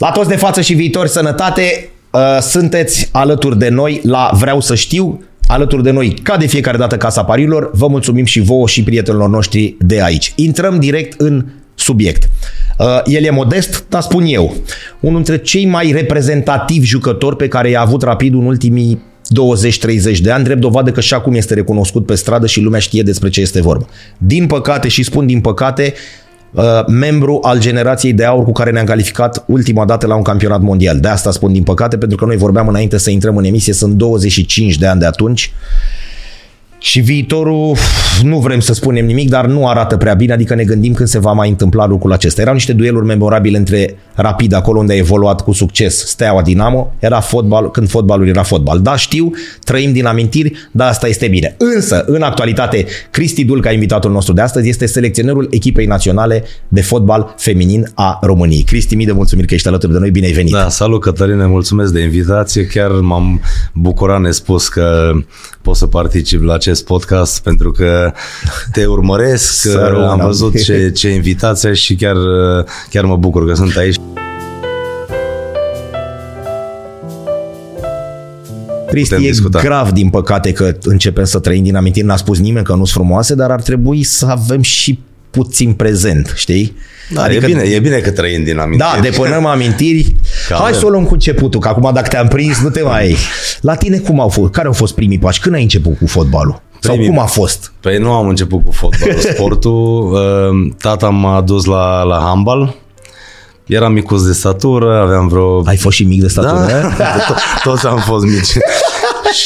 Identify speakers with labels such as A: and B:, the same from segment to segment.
A: La toți de față și viitori, sănătate! Uh, Sunteți alături de noi la Vreau să știu, alături de noi, ca de fiecare dată, Casa Parilor. Vă mulțumim și vouă și prietenilor noștri de aici. Intrăm direct în subiect. Uh, El e modest, dar spun eu, unul dintre cei mai reprezentativi jucători pe care i-a avut Rapidul în ultimii 20-30 de ani, drept dovadă că și acum este recunoscut pe stradă și lumea știe despre ce este vorba. Din păcate, și spun din păcate, uh, membru al generației de aur cu care ne-am calificat ultima dată la un campionat mondial. De asta spun din păcate, pentru că noi vorbeam înainte să intrăm în emisie, sunt 25 de ani de atunci și viitorul, uf, nu vrem să spunem nimic, dar nu arată prea bine, adică ne gândim când se va mai întâmpla lucrul acesta. Erau niște dueluri memorabile între Rapid, acolo unde a evoluat cu succes Steaua Dinamo, era fotbal, când fotbalul era fotbal. Da, știu, trăim din amintiri, dar asta este bine. Însă, în actualitate, Cristi Dulca, invitatul nostru de astăzi, este selecționerul echipei naționale de fotbal feminin a României. Cristi, mii de mulțumiri că ești alături de noi, bine ai venit!
B: Da, salut Cătăline, mulțumesc de invitație. Chiar m-am bucurat nespus că pot să particip la acest podcast pentru că te urmăresc,
A: Să da. rămână.
B: am văzut ce, ce invitație ai și chiar, chiar mă bucur că sunt aici.
A: Cristi, e
B: Putem discuta.
A: grav din păcate că începem să trăim din amintiri. N-a spus nimeni că nu sunt frumoase, dar ar trebui să avem și puțin prezent, știi?
B: Da, adică, e, bine, e bine că trăim din amintiri.
A: Da, depănăm amintiri.
B: Că
A: Hai
B: avem.
A: să o luăm cu începutul, că acum dacă te-am prins, nu te mai... La tine cum au fost? Care au fost primii pași? Când ai început cu fotbalul? Sau
B: Primii-
A: cum a fost?
B: Păi nu am început cu fotbalul, sportul. Uh, Tata m-a dus la, la handbal. Eram micuț de statură, aveam vreo
A: Ai fost și mic de statură?
B: Da, to- toți am fost mici.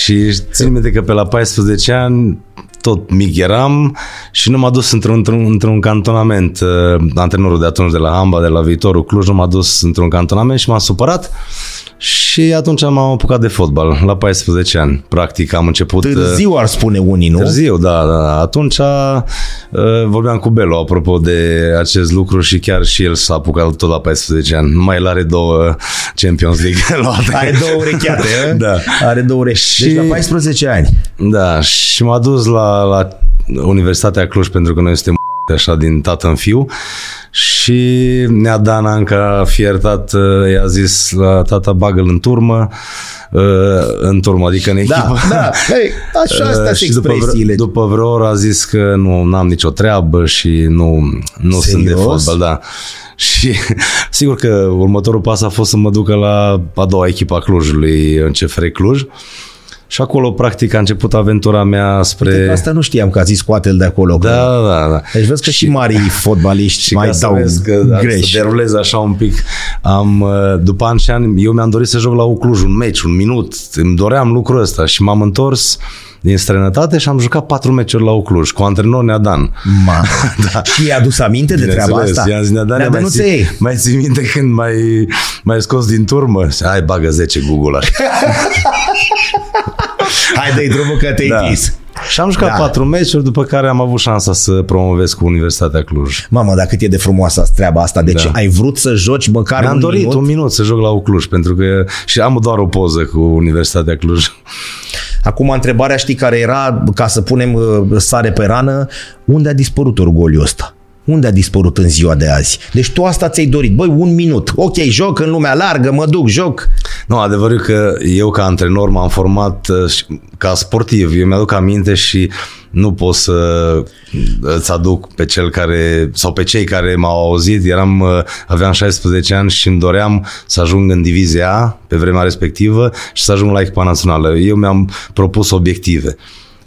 B: și țin minte că pe la 14 ani tot mic eram și nu m-a dus într-un, într-un, într-un cantonament. Uh, Antrenorul de atunci de la Hamba, de la Viitorul Cluj, nu m-a dus într-un cantonament și m-am supărat și atunci m-am apucat de fotbal, la 14 ani. Practic am început... uh,
A: Târziu ar spune unii, nu?
B: Târziu, da, da. da. Atunci a, vorbeam cu Belo apropo de acest lucru și chiar și el s-a apucat tot la 14 ani. Mai el are două Champions League luate.
A: Are două urechiate, eh?
B: Da.
A: Are două urechi. Deci
B: Și-
A: la 14 ani.
B: Da, și m-a dus la, la Universitatea Cluj pentru că noi suntem așa din tată în fiu și nea Dana încă fiertat uh, i-a zis la tata bagă-l în turmă uh, în turmă, adică în echipă
A: Da, da. Hei, așa astea sunt
B: Uh, și după vreo,
A: expresiile.
B: după vreo oră a zis că nu am nicio treabă și nu, nu sunt de
A: Serios?
B: fotbal, da. Și sigur că următorul pas a fost să mă ducă la a doua echipă a Clujului, în CFR Cluj. Și acolo, practic, a început aventura mea
A: Uite,
B: spre...
A: Asta nu știam că a zis coatel de acolo. că-
B: Da, da, da.
A: Deci vezi că și, marii fotbaliști
B: Și
A: mai
B: ca să
A: dau
B: vezi că
A: greș.
B: Să derulez așa un pic. Am, uh, după ani și ani, eu mi-am dorit să joc la U Cluj un meci, un minut. Îmi doream lucrul ăsta și m-am întors din străinătate și am jucat patru meciuri la U Cluj cu antrenor Neadan.
A: Ma. da. Și i-a adus aminte de treaba
B: Bineînțeles,
A: asta?
B: I-am zis, Neadan,
A: Neadan,
B: mai,
A: nu te
B: ții,
A: iei.
B: mai ții minte când mai, mai scos din turmă? Și, Hai, bagă 10 Google așa.
A: Hai dă-i drumul că te-ai da. dis.
B: Și am jucat
A: Da.
B: patru meciuri, după care am avut șansa să promovez cu Universitatea Cluj.
A: Mamă, dar cât e de frumoasă treaba asta. Deci da.
B: Da.
A: ai vrut să joci măcar
B: Mi-am
A: un
B: dorit
A: minut?
B: un minut să joc la U Cluj, pentru că și am doar o poză cu Universitatea Cluj.
A: Acum întrebarea știi care era, ca să punem uh, sare pe rană, unde a dispărut orgoliul ăsta? Unde a dispărut în ziua de azi? Deci tu asta ți-ai dorit. Băi, un minut. Ok, joc în lumea largă, mă duc, joc.
B: Nu, adevărul e că eu ca antrenor m-am format uh, și- ca sportiv. Eu mi-aduc aminte și nu pot să îți aduc pe cel care sau pe cei care m-au auzit. Eram, uh, aveam 16 ani și îmi doream să ajung în divizia A pe vremea respectivă și să ajung la echipa națională. Eu mi-am propus obiective.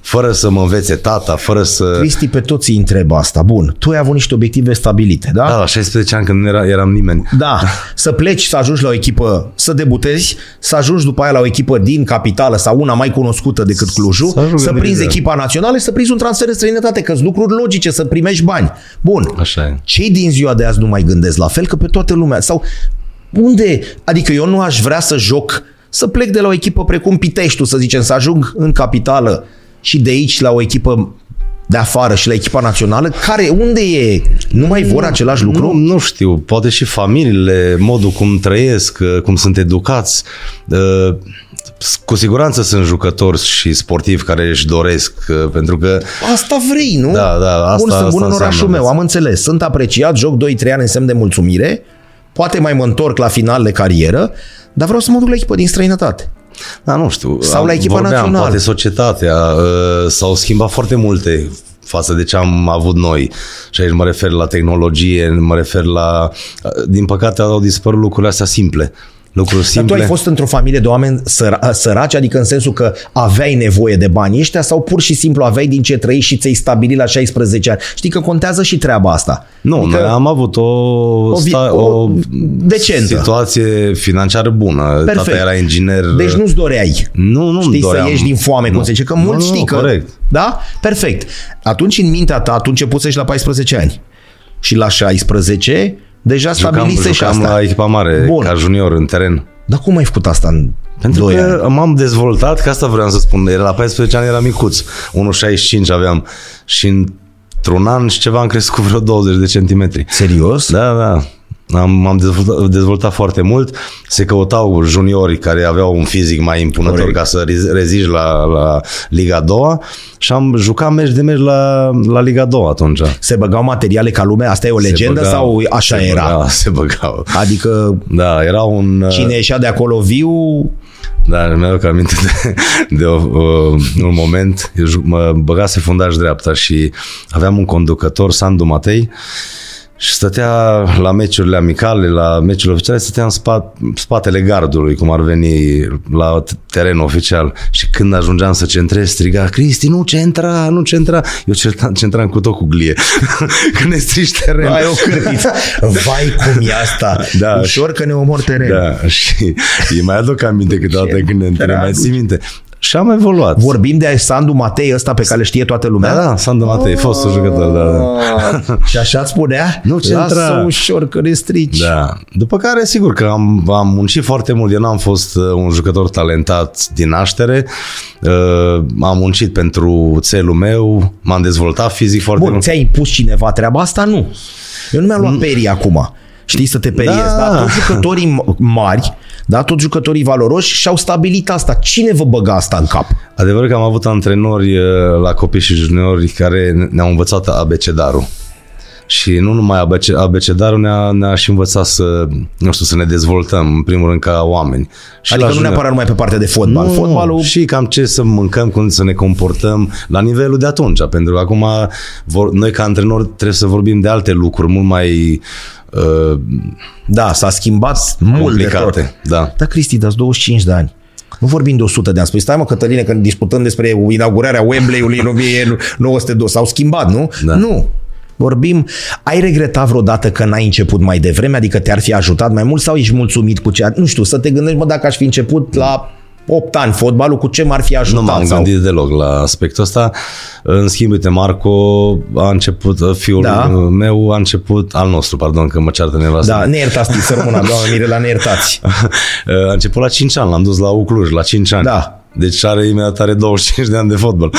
B: Fără să mă învețe tata, fără să...
A: Cristi, pe toți îi întreb asta. Bun, tu ai avut niște obiective stabilite, da?
B: Da, la 16 ani când nu era, eram nimeni.
A: Da, să pleci, să ajungi la o echipă, să debutezi, să ajungi după aia la o echipă din capitală sau una mai cunoscută decât Clujul,
B: Să ajungi
A: să
B: în
A: prinzi
B: divizia.
A: echipa națională și să prinzi un transfer în străinătate, că sunt lucruri logice, să primești bani. Bun,
B: Așa e.
A: cei din ziua de azi nu mai gândesc la fel, că pe toată lumea, sau unde, adică eu nu aș vrea să joc, să plec de la o echipă precum Piteștiul, să zicem, să ajung în capitală și de aici la o echipă de afară și la echipa națională, care, unde e? Nu mai vor același lucru?
B: Nu, nu știu, poate și familiile, modul cum trăiesc, uh, cum sunt educați. Uh, s- Cu siguranță sunt jucători și sportivi care își doresc, uh, pentru că
A: Asta vrei, nu?
B: Da, da, asta-
A: Bun, sunt
B: asta
A: bun în
B: înseamnă
A: orașul meu,
B: viața.
A: am înțeles. Sunt apreciat, joc 2-3 ani în semn de mulțumire. Poate mai mă întorc la final de carieră, dar vreau să mă duc la echipă din străinătate.
B: Da, nu știu.
A: Sau la echipa
B: vorbeam,
A: națională.
B: poate societatea. uh, S-au schimbat foarte multe față de ce am avut noi. Și aici mă refer la tehnologie, mă refer la... uh, Din păcate au dispărut lucrurile astea simple. Lucruri
A: Dar tu
B: simple.
A: ai fost într-o familie de oameni săra- săraci, adică în sensul că aveai nevoie de banii ăștia sau pur și simplu aveai din ce trăi și ți-ai stabilit la 16 ani. Știi că contează și treaba asta.
B: Nu,
A: Adică-
B: adică am avut o, o,
A: vi-
B: sta,
A: o
B: o
A: decentă.
B: situație financiară bună.
A: Perfect.
B: Tata era inginer.
A: Deci nu-ți doreai.
B: nu, nu
A: Știi, să ieși din foame, cum se zice, că mulți
B: nu,
A: știi că...
B: Corect.
A: Da? Perfect. Atunci, în mintea ta, tu începusești la 14 ani. Și la 16, deja
B: Jucam,
A: stabilise și
B: jucam
A: asta.
B: la echipa mare,
A: Bun.
B: ca junior, în teren.
A: Dar cum ai făcut asta în
B: Pentru
A: 2
B: că
A: ani?
B: m-am dezvoltat, că asta vreau să spun. Era la 14 ani, era micuț. 1,65 aveam. Și într-un an și ceva am crescut vreo 20 de centimetri.
A: Serios?
B: Da, da. Am, m-am dezvoltat, dezvoltat foarte mult. Se căutau juniori care aveau un fizic mai impunător
A: Corect.
B: ca să rez- reziști la, la Liga a doua și am jucat meci de meci la, la Liga a doua atunci.
A: Se băgau materiale ca lumea? Asta e o legendă
B: băgau,
A: sau așa
B: se
A: era?
B: Băgau, se băgau.
A: Adică
B: Da, era un... uh,
A: cine ieșea de acolo viu,
B: Da, mi-aduc aminte de, de o, uh, un moment, eu ju- mă băgase fundaș dreapta și aveam un conducător, Sandu Matei, și stătea la meciurile amicale, la meciurile oficiale, stătea în spa, spatele gardului, cum ar veni la t- teren oficial. Și când ajungeam să centrez, striga, Cristi, nu centra, nu centra. Eu centram, centram cu tot cu glie. când ne strici teren.
A: ai o cârtiță. Vai cum e asta.
B: Da.
A: Ușor că ne omor teren.
B: da, și îi mai aduc aminte câteodată când ne întrebai, mai ții minte. Și am evoluat.
A: Vorbim de Sandu Matei ăsta pe care le știe toată lumea.
B: Da, da, Sandu Matei, fostul jucător, da, da.
A: da. Și așa îți spunea?
B: Nu, ce
A: Lasă
B: intra.
A: ușor că ne strici.
B: Da. După care, sigur că am, am muncit foarte mult. Eu n-am fost uh, un jucător talentat din naștere. Uh, am muncit pentru țelul meu, m-am dezvoltat fizic foarte
A: Bun,
B: mult.
A: ți-a impus cineva treaba asta? Nu. Eu nu mi-am luat perii acum. Știi, să te periezi. Da. Dar
B: Mm. Da.
A: toți jucătorii m- mari, da, toți jucătorii valoroși și-au stabilit asta. Cine vă băga asta în cap?
B: Adevărul că am avut antrenori uh, la copii și juniori care ne-au învățat abecedarul. Și nu numai ABC, abecedarul ne-a, ne-a și învățat să, nu știu, să ne dezvoltăm, în primul rând, ca oameni. Și
A: Adică
B: la
A: nu
B: junior.
A: neapărat numai pe partea de fotbal.
B: Nu,
A: Fotbalul
B: Și cam ce să mâncăm, cum să ne comportăm la nivelul de atunci. Pentru că acum vor, noi ca antrenori trebuie să vorbim de alte lucruri mult mai uh,
A: Da, s-a schimbat mult de tot.
B: complicate. Da.
A: Da, Cristi, dar 25 de ani. Nu vorbim de 100 de ani. Spui, stai mă, Cătăline, când discutăm despre inaugurarea Wembley-ului în 1902, s-au schimbat, nu?
B: Da.
A: Nu. Vorbim, ai regretat vreodată că n-ai început mai devreme, adică te-ar fi ajutat mai mult sau ești mulțumit cu ce... Nu știu, să te gândești, mă, dacă aș fi început la 8 ani fotbalul, cu ce m-ar fi ajutat?
B: Nu m-am
A: Da, sau...
B: gândit deloc la aspectul ăsta. În schimb, uite, Marco a început, fiul
A: Da.
B: da. meu a început, al nostru, pardon, că mă ceartă nevastă.
A: Da, ne iertați, sărmâna, doamne Mirela, ne iertați.
B: A început la 5 ani, l-am dus la U Cluj, la 5 ani.
A: Da.
B: Deci are imediat are 25 de ani de fotbal.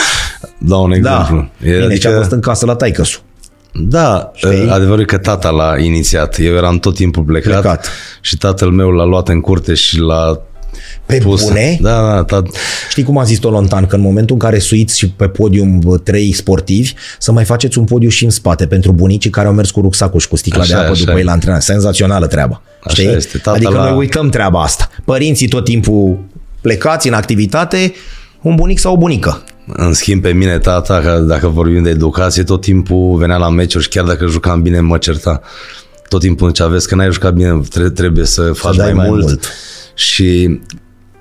B: Dau un
A: Da,
B: exemplu.
A: bine, adică... ce a fost în casă la taicăsu.
B: Da,
A: Știi?
B: adevărul e că tata l-a inițiat. Eu eram tot timpul plecat,
A: Plecat.
B: și tatăl meu l-a luat în curte și l-a
A: Pe
B: pus.
A: bune?
B: Da, da, tat...
A: Știi cum a zis Tolontan, că în momentul în care suiți și pe podium bă, trei sportivi, să mai faceți un podiu și în spate pentru bunicii care au mers cu rucsacul și cu sticla
B: Așa
A: de
B: e,
A: apă
B: așa
A: după
B: e.
A: ei la antrenament. Senzațională treaba.
B: Așa
A: știi?
B: este, tata
A: adică
B: la-
A: noi uităm treaba asta. Părinții tot timpul plecați în activitate, un bunic sau o bunică.
B: În schimb, pe mine tata, că dacă vorbim de educație, tot timpul venea la meciuri și chiar dacă jucam bine, mă certa. Tot timpul îmi zicea, vezi că n-ai jucat bine, tre- trebuie să faci
A: dai
B: mai,
A: mai
B: mult.
A: mult.
B: Și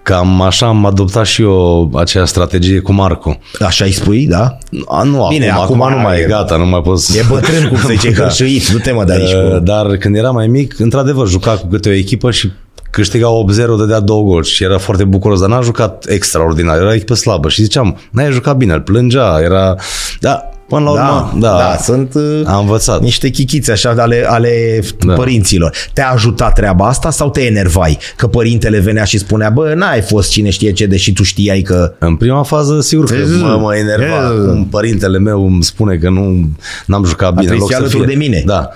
B: cam așa am adoptat și eu aceea strategie cu Marco.
A: Așa îi spui, da?
B: A, nu,
A: Bine,
B: acum,
A: acum
B: acum, nu mai
A: e-
B: e, gata, nu mai pot să...
A: E bătrân cum se zice,
B: Da.
A: hârșuit, nu te mă de aici.
B: Uh,
A: Cu...
B: Dar când era mai mic, într-adevăr, juca cu câte o echipă și câștiga 8-0, dădea două goluri și era foarte bucuros, dar n-a jucat extraordinar, era o echipă slabă și ziceam, n-ai jucat bine, îl plângea, era... Da, până la
A: Da,
B: urmă,
A: da,
B: da,
A: da, sunt uh,
B: a învățat.
A: niște chichițe așa de ale, ale da.
B: Da.
A: părinților. Te-a ajutat treaba asta sau te enervai? Că părintele venea și spunea, bă, n-ai fost cine știe ce, deși tu știai că...
B: În prima fază, sigur că
A: Zzz.
B: mă, mă enerva.
A: Zzz.
B: Cum părintele meu îmi spune că nu n-am jucat bine. în
A: trebuit
B: loc
A: să fie
B: să
A: alături
B: fie.
A: de mine.
B: Da.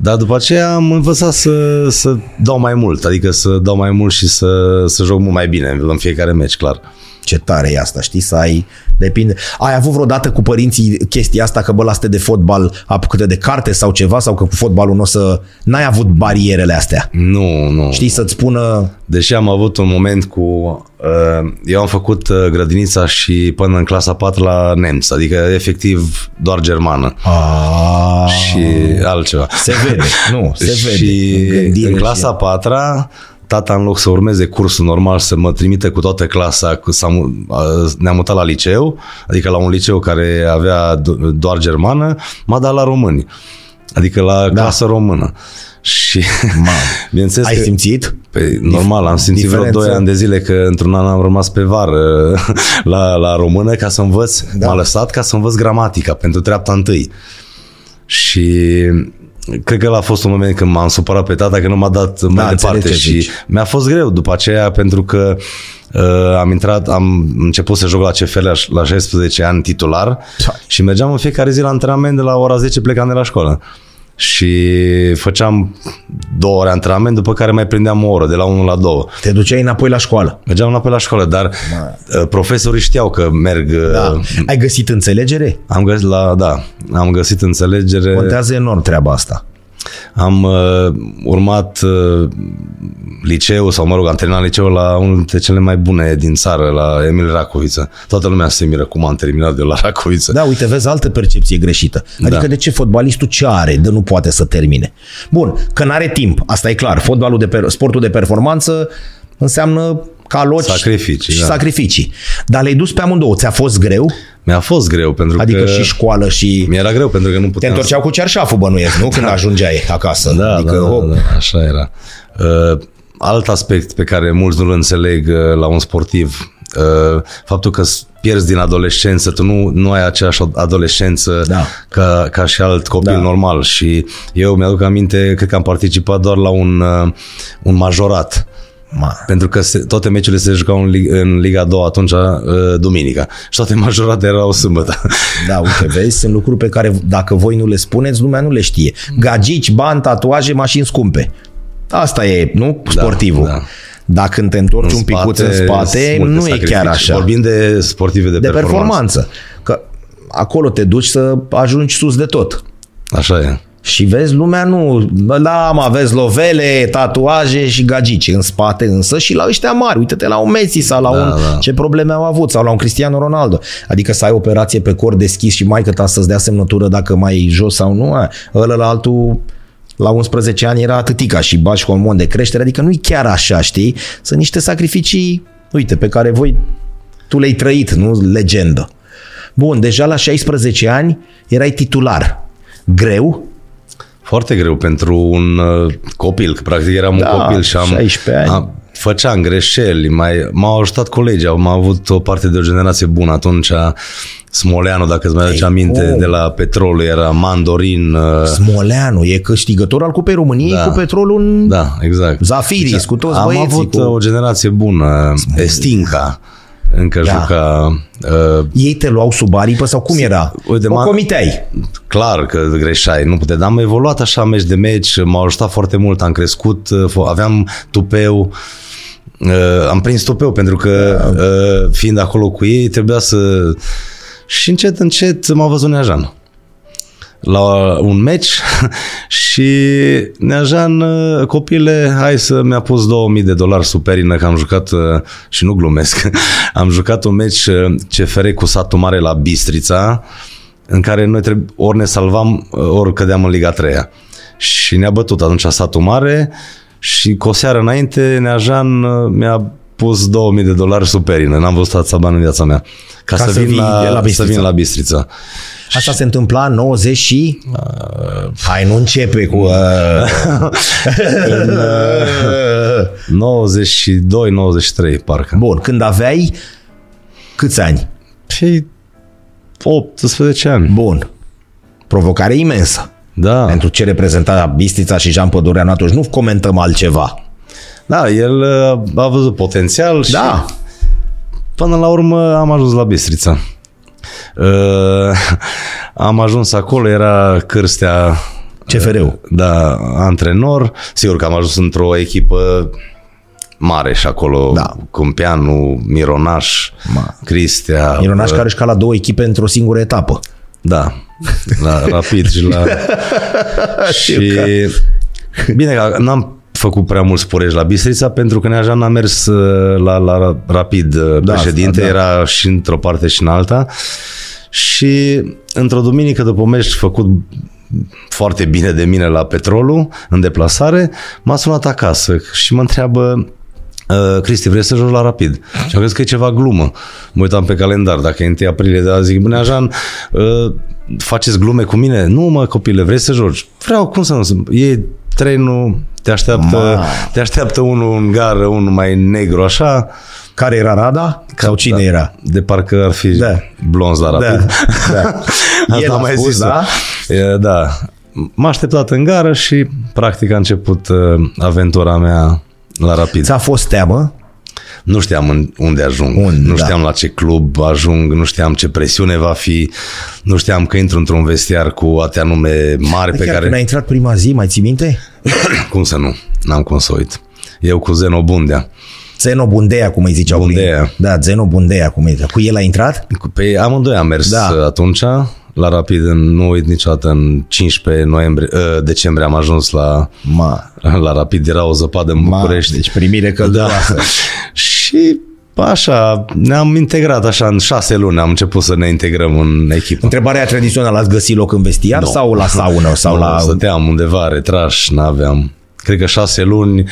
B: Dar după aceea am învățat să, să dau mai mult, adică să dau mai mult și să, să joc mult mai bine în fiecare meci, clar.
A: ce tare e asta, știi, să ai, depinde. Ai avut vreodată cu părinții chestia asta că bă, la să te de fotbal apucă de carte sau ceva sau că cu fotbalul nu o să, n-ai avut barierele astea.
B: Nu, nu.
A: Știi, să-ți spună,
B: Deși am avut un moment cu... uh, Eu am făcut uh, grădinița și până în clasa 4 la nemț, adică efectiv doar germană
A: a,
B: și altceva.
A: se vede, nu, se vede.
B: și
A: gândire
B: în
A: și-
B: clasa 4 tata în loc să urmeze cursul normal, să mă trimite cu toată clasa, că s-a, mu- a- ne-am mutat la liceu, adică la un liceu care avea do- doar germană, m-a dat la români. Adică la da. clasă română. Și bineînțeles
A: Ai
B: că-
A: simțit?
B: Păi, normal, am simțit
A: diferență.
B: vreo 2 ani de zile că într-un an am rămas pe vară la, la română ca să învăț, da. m-a lăsat ca să învăț gramatica pentru treapta întâi. Și cred că ăla a fost un moment când m-am supărat pe tata că nu mi-a dat mai
A: Da, înțeleg
B: departe
A: ce
B: și
A: zici.
B: mi-a fost greu după aceea pentru că uh, am intrat, am început să joc la CFL la, la 16 ani titular
A: Da.
B: și mergeam în fiecare zi la antrenament de la ora 10 plecam de la școală. Și făceam două ore antrenament, după care mai prindeam o oră, de la 1 la 2.
A: Te duceai înapoi la școală.
B: Mergeam înapoi la școală, dar uh, profesorii știau că merg... uh,
A: Da. Ai găsit înțelegere?
B: Am găsit la, da, am găsit înțelegere.
A: Contează enorm treaba asta.
B: Am uh, urmat uh, liceul, sau mă rog, am terminat liceul la unul dintre cele mai bune din țară, la Emil Racoviță. Toată lumea se miră cum am terminat eu la Racoviță.
A: Da, uite, vezi altă percepție greșită. Adică
B: Da.
A: de ce fotbalistul ce are de nu poate să termine? Bun, că n-are timp, asta e clar. Fotbalul de per- sportul de performanță înseamnă caloci
B: Sacrificii,
A: și
B: da.
A: sacrificii. Dar le-ai dus pe amândouă. Ți-a fost greu?
B: Mi-a fost greu, pentru
A: Adică
B: că...
A: și școală și...
B: Mi-era greu, pentru că nu
A: Te
B: puteam... să-
A: întorceau cu cerșaful, bănuiesc, nu? Când ajungeai acasă.
B: Da,
A: adică,
B: da,
A: hop,
B: da, da, așa era. Uh, alt aspect pe care mulți nu-l înțeleg uh, la un sportiv, uh, faptul că s- pierzi din adolescență, tu nu, nu ai aceeași adolescență
A: Da.
B: ca, ca și alt copil
A: Da.
B: normal și eu mi-aduc aminte, cred că am participat doar la un, uh, un majorat.
A: Ma.
B: Pentru că se, toate meciurile se jucau în, Lig- în Liga 2 atunci, uh, duminica. Și toate majorate erau sâmbătă.
A: Da, uite, vezi, sunt lucruri pe care dacă voi nu le spuneți, lumea nu le știe. Gagici, bani, tatuaje, mașini scumpe. Asta e, nu? Sportivul. Da,
B: da.
A: da. Dar când te întorci Deci un picuț în spate,
B: sunt multe
A: nu e
B: sacrificii.
A: chiar așa.
B: Vorbim de sportive de,
A: de
B: performanță.
A: performanță. Că acolo te duci să ajungi sus de tot.
B: Așa e.
A: Și vezi, lumea nu... Bă, Da, mă, vezi lovele, tatuaje și gagici în spate însă și la ăștia mari. Uite-te la un Messi sau la da, un... Da.
B: da.
A: Ce probleme au avut sau la un Cristiano Ronaldo. Adică să ai operație pe cor deschis și mai ta să-ți dea semnătură dacă mai e jos sau nu. A, Ăla la altul la 11 ani era tătica și bași cu un de creștere, adică nu-i chiar așa, știi? Sunt niște sacrificii, uite, pe care voi tu le-ai trăit, nu legendă. Bun, deja la 16 ani erai titular. Greu,
B: Foarte greu pentru un uh, copil, că practic eram
A: Da,
B: un copil și am...
A: 16 ani.
B: Am, făceam greșeli, mai, m-au ajutat colegii, am avut o parte de o generație bună atunci, Smoleanu, dacă îți mai aduce aminte,
A: cum?
B: de la Petrolul era Mandorin, uh,
A: Smoleanu e câștigător al Cupei României da.
B: Da.
A: cu petrolul în da.
B: da, exact.
A: Zafiris, cu toți
B: am
A: băieții.
B: avut
A: cu...
B: uh, o generație bună, Estinca, încă
A: Da.
B: juca... Uh,
A: Ei te luau sub aripă sau cum era?
B: Uite,
A: o
B: m-a-
A: comiteai.
B: Clar că greșeai, nu puteai, dar am evoluat așa meci de meci, m-a ajutat foarte mult, am crescut, uh, fo- aveam tupeu, uh, am prins tupeu pentru că uh, fiind acolo cu ei trebuia să... Și încet, încet m-a văzut Neajan la un meci și Neajan, uh, copile, hai să mi-a pus 2000 de dolari superină că am jucat, uh, și nu glumesc, am jucat un meci uh, CFR cu satul mare la Bistrița, în care noi trebu- ori ne salvam, uh, ori cădeam în Liga 3 Și ne-a bătut atunci satul mare și cu o seară înainte Neajan uh, mi-a pus 2000 de dolari superină, n-am văzut atâția bani în viața mea,
A: Ca
B: ca, să,
A: să
B: vin
A: vii
B: la,
A: la
B: să
A: Bistrița.
B: vin la Bistrița.
A: Asta se întâmpla în 90 și...
B: Ah.
A: Hai, nu începe cu... Uh... Uh.
B: 92-93, parcă.
A: Bun, când aveai câți ani?
B: Și 18 ani.
A: Bun. Provocare imensă.
B: Da.
A: Pentru ce reprezenta Bistrița și Jean Pădureanu atunci. Nu comentăm altceva.
B: Da, el uh, a văzut potențial și
A: Da.
B: până la urmă am ajuns la Bistrița. Uh, am ajuns acolo, era Cârstea,
A: CFR-ul.
B: da, antrenor. Sigur că am ajuns într-o echipă mare și acolo,
A: Da.
B: Câmpeanu, Mironaș,
A: Ma.
B: Cristea.
A: Mironaș
B: Da, bă,
A: care își cala două echipe într-o singură etapă.
B: Da, la rapid și la... și... Bine, că n-am făcut prea mult sporești la Bistrița pentru că Neaja n-a mers uh, la, la rapid uh,
A: Da,
B: președinte,
A: da.
B: era și într-o parte și în alta și într-o duminică după meci făcut foarte bine de mine la petrolul, în deplasare, m-a sunat acasă și mă întreabă "Uh, Cristi, vrei să joci la rapid? Și am crezut că e ceva glumă. Mă uitam pe calendar, dacă e 1 aprilie, dar zic, bine, Jean, uh, faceți glume cu mine? Nu, mă, copile, vrei să joci? Vreau, cum să nu? E trenul, te așteaptă,
A: Ma.
B: te așteaptă unul în gară, unul mai negru, așa,
A: Care era Rada? Sau cine
B: da.
A: era?
B: de parcă ar fi
A: Da.
B: blonz la rapid.
A: Da. da. El
B: Asta
A: a
B: am mai
A: spus,
B: zis,
A: da?
B: da? da. M-a așteptat în gară și practic a început uh, aventura mea la rapid.
A: Ți-a fost teamă?
B: Nu știam în, unde ajung,
A: Unde,
B: nu
A: da.
B: știam la ce club ajung, nu știam ce presiune va fi, nu știam că intru într-un vestiar cu atâtea nume mari pe
A: Chiar când
B: care...
A: ai intrat prima zi, mai ții minte?
B: cum să nu? N-am cum să uit. Eu cu Zeno Bundea.
A: Zeno Bundea, cum îi ziceau. lui.
B: Bundea.
A: Da, Zeno Bundea, cum îi zicea. Cu el a intrat?
B: Cu- Pe amândoi am mers
A: Da.
B: da. atunci, la Rapid, în, nu uit niciodată, în 15 noiembrie, uh, decembrie am ajuns la,
A: Ma,
B: la Rapid, era o zăpadă în
A: ma
B: București.
A: deci primire că
B: da. și așa, ne-am integrat așa, în șase luni am început să ne integrăm în echipă.
A: Întrebarea tradițională, ați găsit loc în vestiar
B: Nu.
A: sau la saună? Sau
B: Nu,
A: la...
B: Stăteam undeva retraș, n-aveam. Cred că șase luni,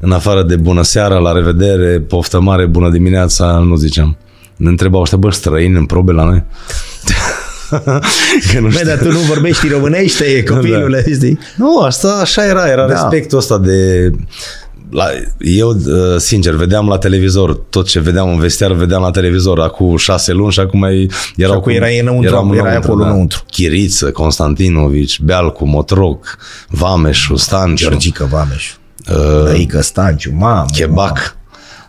B: în afară de bună seara, la revedere, poftă mare, bună dimineața, nu ziceam. Ne întrebau ăștia, bă, străini în probe la noi? că nu
A: Băi, dar tu nu vorbești românește,
B: Da.
A: copilule, știi?
B: Nu, asta așa era, era
A: Da.
B: da. respectul ăsta de... La, eu, uh, sincer, vedeam la televizor tot ce vedeam în vestiar, vedeam la televizor acum șase luni și acum ei erau
A: acum erai înăuntru,
B: eram da.
A: erai acolo înăuntru.
B: Chiriță, Constantinovici, Bealcu, Motroc, Vameșu, Stanciu,
A: Georgică Vameș.
B: uh,
A: Dăică Stanciu, mamă. mamă.
B: Chebac.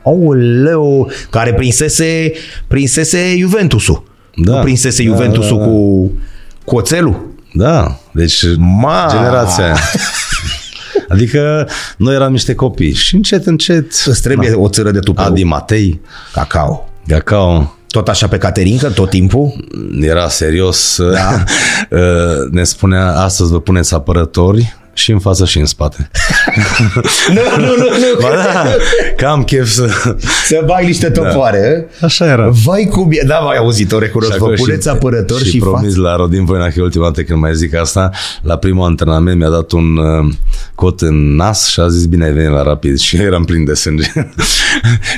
A: Aoleu, care prinsese, prinsese Juventusul.
B: Da.
A: Nu prinsese
B: Da,
A: Juventusul
B: da, da.
A: cu, cu oțelul.
B: Da, deci
A: Ma.
B: generația aia. Adică noi eram niște copii și încet, încet,
A: Îți trebuie o țără de tupeu.
B: Adi Matei,
A: Cacao.
B: Gacao,
A: Tot așa pe Caterinca, tot timpul?
B: era serios, da. ne spunea astăzi vă puneți apărători și în față și în spate.
A: nu, nu, nu, nu.
B: Ba da, că am chef să...
A: Să bag niște topoare.
B: Așa era.
A: Vai cum e, da, mai auzit, o recunosc.
B: Și
A: Vă
B: acolo
A: puneți apărător și,
B: și promis la Rodin Voina că e ultima dată când mai zic asta, la primul antrenament mi-a dat un uh, cot în nas și a zis bine ai venit la rapid și eu eram plin de sânge.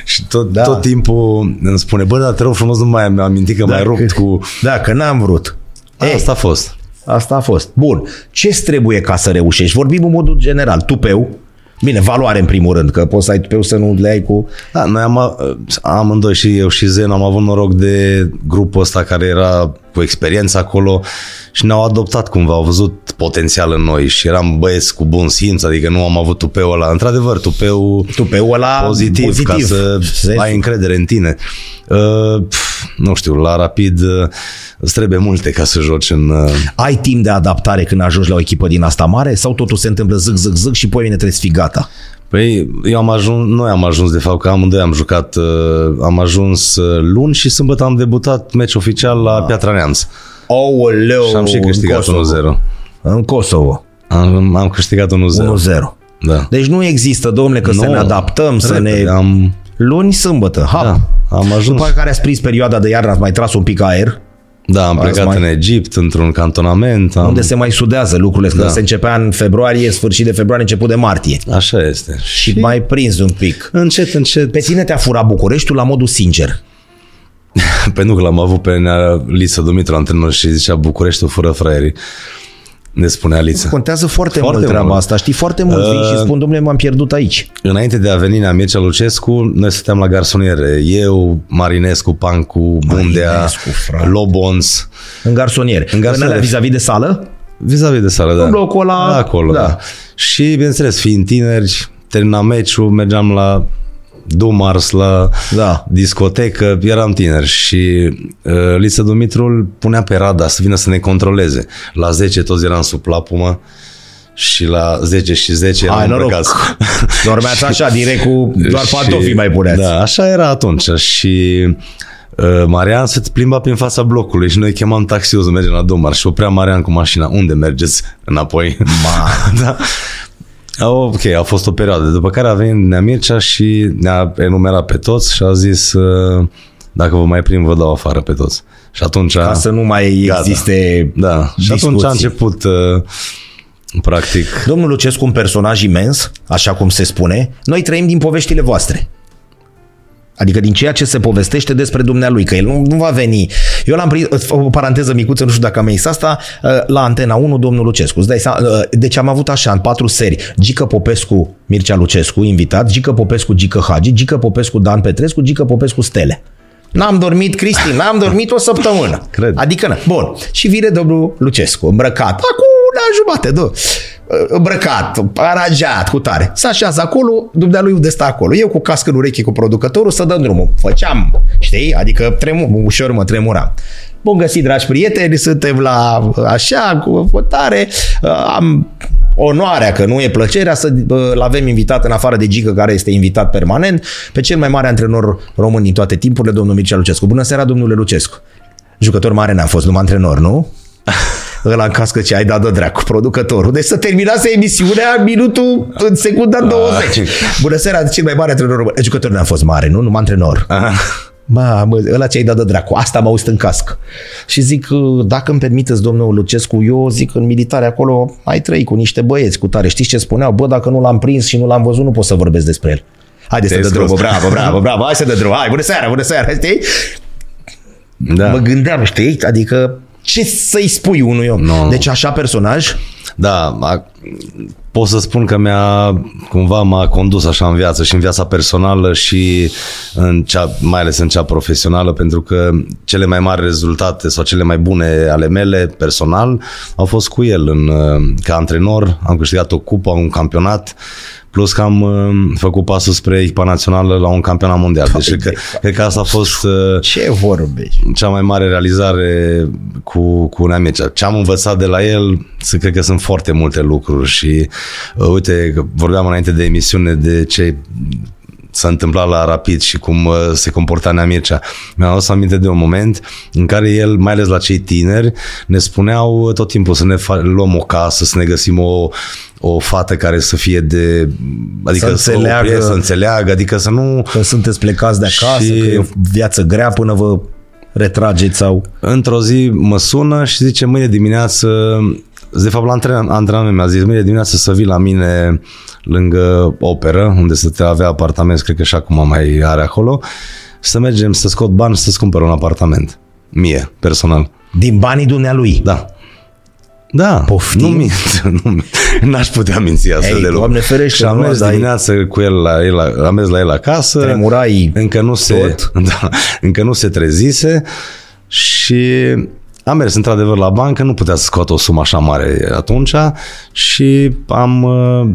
B: și tot,
A: Da.
B: da. tot timpul îmi spune, bă, dar te rog frumos, nu mai am amintit că da, mai rupt cu...
A: Da, că n-am vrut. Ei,
B: Asta a fost.
A: Asta a fost. Bun. ce trebuie ca să reușești? Vorbim în modul general. Tupeu, bine, valoare în primul rând, că poți să ai tupeu să nu le ai cu...
B: Da, noi am, a- amândoi și eu și Zen am avut noroc de grupul ăsta care era cu experiență acolo și ne-au adoptat cumva, au văzut potențial în noi și eram băieți cu bun simț, adică nu am avut tupeul ăla. Într-adevăr, tupeul
A: Tupeu ăla
B: Da, pozitiv,
A: pozitiv
B: ca să
A: Vezi?
B: ai încredere în tine. Uh, pf, nu știu, la rapid uh, îți trebuie multe ca să joci în... Uh,
A: Ai timp de adaptare când ajungi la o echipă din asta mare sau totul se întâmplă zic, zic, zic și poi mine trebuie să fii gata?
B: Păi, eu am ajuns, noi am ajuns, de fapt, că amândoi am jucat, uh, am ajuns uh, luni și sâmbătă am debutat meci oficial la Piatra Neamț.
A: Ouleu,
B: Și am și câștigat 1-0.
A: În Kosovo,
B: Am, am câștigat 1-0.
A: 1-0.
B: Da.
A: Deci nu există, domnule, că să
B: Nu.
A: ne adaptăm, să
B: Repede,
A: ne...
B: Am,
A: Luni, sâmbătă, hap.
B: da, am ajuns.
A: După care ați prins perioada de iarnă, ați mai tras un pic aer,
B: Da, am plecat
A: mai-
B: în Egipt, într-un cantonament. Am, Da.
A: unde se mai sudează lucrurile, că se începea în februarie, sfârșit de februarie, început de martie.
B: Așa este. Și
A: Și mai prins un pic.
B: încet, încet,
A: Pe tine te-a furat Bucureștiul la modul sincer.
B: pentru că l-am avut pe nea Liță Dumitru, antrenor, și zicea Bucureștiul fără fraierii. Ne spunea Liță.
A: Contează foarte,
B: Foarte
A: mult treaba
B: mult. Uh,
A: asta. Știi, foarte mult vin și spun, domnule, m-am pierdut aici.
B: Înainte de a veni Nea Mircea Lucescu, noi stăteam la garsoniere. Eu, Marinescu, Pancu, Bundea,
A: Marinescu, frate.
B: Lobons.
A: În garsonier. În,
B: garsonier.
A: garsonier. alea vis-a-vis de sală?
B: Vis-a-vis de sală, da.
A: blocul ăla-
B: Da, acolo,
A: da.
B: da. da. Și, bineînțeles, fiind tineri, terminam meciul, mergeam la Dumars, la
A: Da.
B: discotecă, eram tineri și uh, Liță Dumitru îl punea pe Rada să vină să ne controleze. La 10 toți eram sub plapumă și la 10 și 10
A: Ai
B: eram
A: noroc.
B: îmbrăcați.
A: Dormeați așa, direct cu doar
B: Și-
A: pantofii mai puneați.
B: Da, așa era atunci și uh, Marian se plimba prin fața blocului și noi chemam taxiul să mergem la Domar și oprea Marian cu mașina. Unde mergeți înapoi? da. Ok, a fost o perioadă. După care a venit Nea Mircea și ne-a enumerat pe toți și a zis uh, dacă vă mai prind, vă dau afară pe toți. Și atunci...
A: Ca să nu mai
B: Gata.
A: existe
B: Da, și atunci
A: discuții.
B: a început uh, practic
A: Domnul Lucescu, un personaj imens, așa cum se spune, noi trăim din poveștile voastre. Adică din ceea ce se povestește despre dumnealui, că el nu, nu va veni. Eu l-am prins, îți fac o paranteză micuță, nu știu dacă am zis asta, uh, la Antena 1, domnul Lucescu. Îți dai seama, uh, deci am avut așa, în patru seri, Gică Popescu, Mircea Lucescu, invitat, Gică Popescu, Gică Hagi, Gică Popescu, Dan Petrescu, Gică Popescu, Stele. N-am dormit, Cristi, n-am dormit o săptămână.
B: Cred.
A: Adică, na. bun. Și vine domnul Lucescu, îmbrăcat. Acum una jumate, două. Îmbrăcat, aranjat, cu tare. S-a așează acolo, dumnealui unde stă acolo. Eu cu cască în ureche cu producătorul să dăm drumul. Făceam, știi? Adică tremur, ușor mă tremuram. Bun găsit, dragi prieteni, suntem la așa, cu tare. Uh, Am onoarea, că nu e plăcerea, să-l avem invitat în afară de Gică, care este invitat permanent, pe cel mai mare antrenor român din toate timpurile, domnul Mircea Lucescu. Bună seara, domnule Lucescu! Jucător mare n-am fost, numai antrenor, nu? Ăla în cască ce ai dat de dracu, producătorul. Deci să terminase emisiunea în minutul, în secunda 20. Bună seara, cel mai mare antrenor român. Jucător n-am fost mare, nu? Numai antrenor. Mamă, ăla ce ai dat de dracu, asta m-a auzit în casc. Și zic, "Uh, dacă îmi permiteți, domnul Lucescu, eu zic în militare acolo ai trăi cu niște băieți cu tare. Știți ce spuneau? Bă, dacă nu l-am prins și nu l-am văzut, nu pot să vorbesc despre el. Haide să
B: Te-ai
A: dă
B: scos.
A: drumul, bravo, bravo, bravo, hai să dă drumul, hai, bună seara, bună seara, știi?
B: da.
A: Mă gândeam, știi? Adică ce să-i spui unui om?
B: Nu, nu.
A: Deci așa personaj?
B: Da, a, pot să spun că mi-a cumva m-a condus așa în viață și în viața personală și în cea, mai ales în cea profesională, pentru că cele mai mari rezultate sau cele mai bune ale mele personal au fost cu el în, uh, ca antrenor, am câștigat o cupă, un campionat, plus că am uh, făcut pasul spre echipa națională la un campionat mondial. Deci cred că, cred că asta a fost uh,
A: Ce vorbești?
B: cea mai mare realizare cu, cu Nea Mircea. Ce am învățat de la el, să cred că sunt foarte multe lucruri și uh, uite, că vorbeam înainte de emisiune de ce s-a întâmplat la Rapid și cum uh, se comporta Nea Mircea. Mi-am adus aminte de un moment în care el, mai ales la cei tineri, ne spuneau uh, tot timpul să ne fa- luăm o casă, să ne găsim o, o fată care să fie de... Adică
A: Să
B: o
A: înțeleagă.
B: oprie, să înțeleagă, adică să nu...
A: Că sunteți plecați de acasă,
B: Și-
A: și... că e o viață grea până vă retrageți sau...
B: Într-o zi mă sună și zice mâine dimineață, de fapt la antren- antrenament mi-a zis mâine dimineață să vii la mine lângă operă, unde să te avea apartament, cred că și acum mai are acolo, să mergem să scot bani și să-ți cumpăr un apartament. Mie, personal.
A: Din banii dumnealui.
B: Da. Da,
A: Poftim?
B: nu mint, nu mint. N-aș putea minți astfel
A: Ei,
B: de lucruri.
A: Doamne ferește,
B: și am
A: nu,
B: mers
A: dar e-
B: dimineață cu el la, el la, am mers la el acasă.
A: Tremurai
B: Încă nu se,
A: Tot?
B: da, încă nu se trezise și am mers într-adevăr la bancă, nu putea să scot o sumă așa mare atunci și am, uh,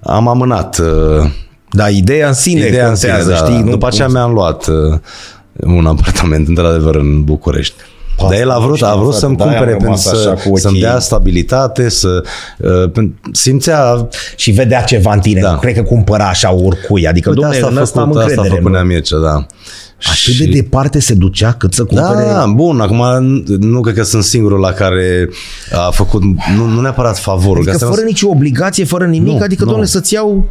B: am amânat uh,
A: Da, ideea în sine
B: ideea
A: ideea
B: în sine.
A: contează,
B: Da,
A: știi?
B: știi, După aceea mi-am luat uh, un apartament într-adevăr în București.
A: Pa,
B: Dar el a vrut, a
A: știu,
B: vrut
A: frate,
B: să-mi
A: de-aia am
B: cumpere pentru
A: rămas
B: să,
A: așa cu ochii-
B: să-mi dea stabilitate, să uh, pen- simțea
A: Și vedea ceva în tine.
B: Da.
A: Da. Nu cred că cumpăra așa oricui. Adică,
B: Uite,
A: domnule,
B: asta a
A: în
B: făcut,
A: ăsta am încredere.
B: asta a făcut
A: nu?
B: Nea Mircea, da.
A: Atât de departe se ducea cât să cumpere...
B: Da, bun, acum nu cred că sunt singurul la care a făcut, nu, nu neapărat favorul. că
A: Adică
B: asta
A: fără nicio obligație, fără nimic,
B: Nu,
A: adică,
B: nu.
A: domnule, să-ți iau...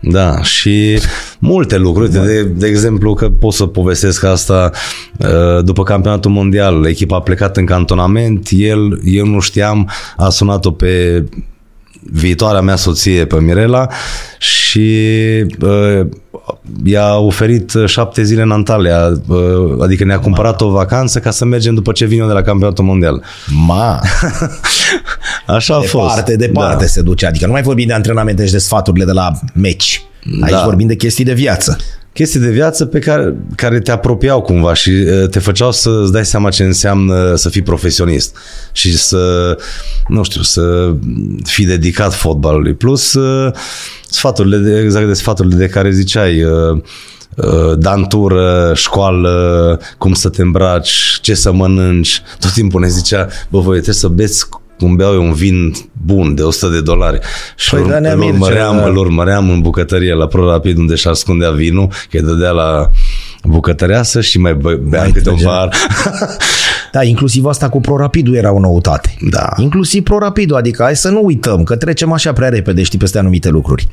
B: Da, și multe lucruri. Uite, de, de exemplu, că pot să povestesc asta uh, după campionatul mondial. Echipa a plecat în cantonament, el, eu nu știam, a sunat-o pe viitoarea mea soție, pe Mirela, și uh, i-a oferit uh, șapte zile în Antalya, uh, adică ne-a cumpărat o vacanță ca să mergem după ce vin eu de la campionatul mondial.
A: Ma,
B: Așa a fost. Da.
A: departe, departe se ducea. Adică nu mai vorbim de antrenamente și de sfaturile de la meci. Aici
B: Da.
A: vorbim de chestii de viață.
B: chestii de viață pe care, care te apropiau cumva și uh, te făceau să îți dai seama ce înseamnă să fii profesionist și să, nu știu, să fii dedicat fotbalului. Plus uh, sfaturile, de, exact de sfaturile de care ziceai, uh, uh, dantură, școală, cum să te îmbraci, ce să mănânci, tot timpul ne zicea, bă, voi trebuie să beți cum beau eu un vin bun de 100 de dolari și
A: Păi
B: îl,
A: Danea
B: îl,
A: Mircea,
B: urmăream,
A: da.
B: îl urmăream în bucătărie la ProRapid unde și ascundea vinul, că îi dădea la bucătăreasă și mai bă- beam
A: Mai
B: câte un
A: trăgea.
B: bar.
A: Da, inclusiv asta cu ProRapidul era o noutate.
B: Da.
A: Inclusiv ProRapidul, adică hai să nu uităm că trecem așa prea repede, știi, peste anumite lucruri.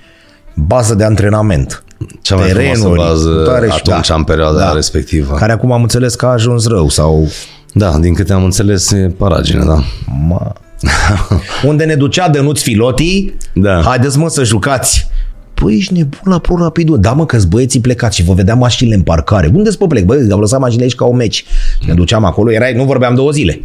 A: Bază de antrenament.
B: Cea mai frumoasă
A: terenuri, Da.
B: bază
A: cutare și-
B: atunci, în perioada respectivă.
A: Care acum am înțeles că a ajuns rău sau...
B: Da, din câte am înțeles, e paragină, da.
A: Ma... Unde ne ducea Dănuț Filoti,
B: Da.
A: haideți mă să jucați. Păi ești nebun la pro rapidul. Da mă că băieții plecați și vă vedeam mașinile în parcare. Unde să plec? Băi, am lăsat mașinile aici ca o meci. Ne duceam acolo, erai, nu vorbeam două zile.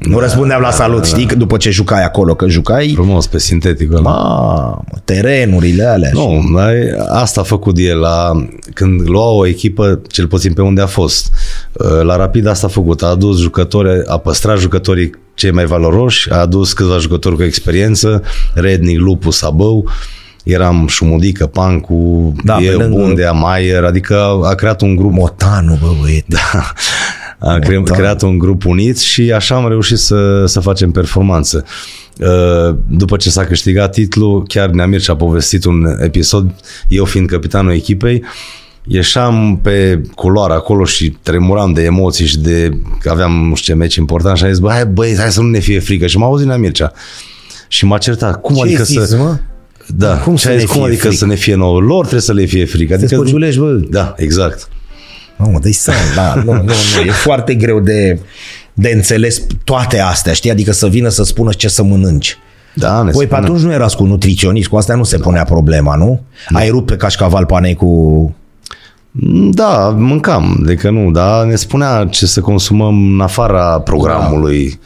A: Nu
B: Da,
A: răspundeam la salut, știi, că după ce jucai acolo, că jucai
B: Frumos, pe sintetic ăla.
A: Mamă, terenurile alea. No.
B: Nu, dar e- asta a făcut el la, când lua o echipă, cel puțin pe unde a fost. Uh, La Rapid asta a făcut, a adus jucători, a păstrat jucătorii cei mai valoroși, a adus câțiva jucători cu experiență, Rednic, Lupu, Sabău, eram Șumudică, Pancu,
A: Da,
B: da,
A: pe
B: eu,
A: lângă-
B: Bundea, Maier, adică a creat un grup
A: Motanu, bă, băiet.
B: da. Am cre-
A: da.
B: creat un grup unit și așa am reușit să, să facem performanță. Uh, După ce s-a câștigat titlul, chiar Nea Mircea a povestit un episod, eu fiind capitanul echipei, ieșeam pe culoare acolo și tremuram de emoții și de că aveam, nu știu ce, meci important și am zis, bă, hai, băi, hai să nu ne fie frică. Și m-a auzit Nea Mircea. Și m-a certat. Cum
A: Ce
B: adică
A: zis,
B: să...
A: mă?
B: Da,
A: Cum
B: cum,
A: să
B: să
A: ne
B: cum
A: fie
B: adică
A: frică?
B: să ne fie nouă? Lor trebuie să le fie frică.
A: Te
B: Adică,
A: spăciulești, bă.
B: da, exact.
A: Mamă, dă-i seama, da, nu, nu, nu, e foarte greu de, de înțeles toate astea, știi? Adică să vină să spună ce să mănânci.
B: Da, ne
A: Voi pe
B: spune.
A: atunci nu erați cu nutriționist, cu astea nu
B: Da.
A: se punea problema, nu? Ai rupt pe cașcaval panei cu...
B: Da, mâncam, de că nu, dar ne spunea ce să consumăm în afara programului.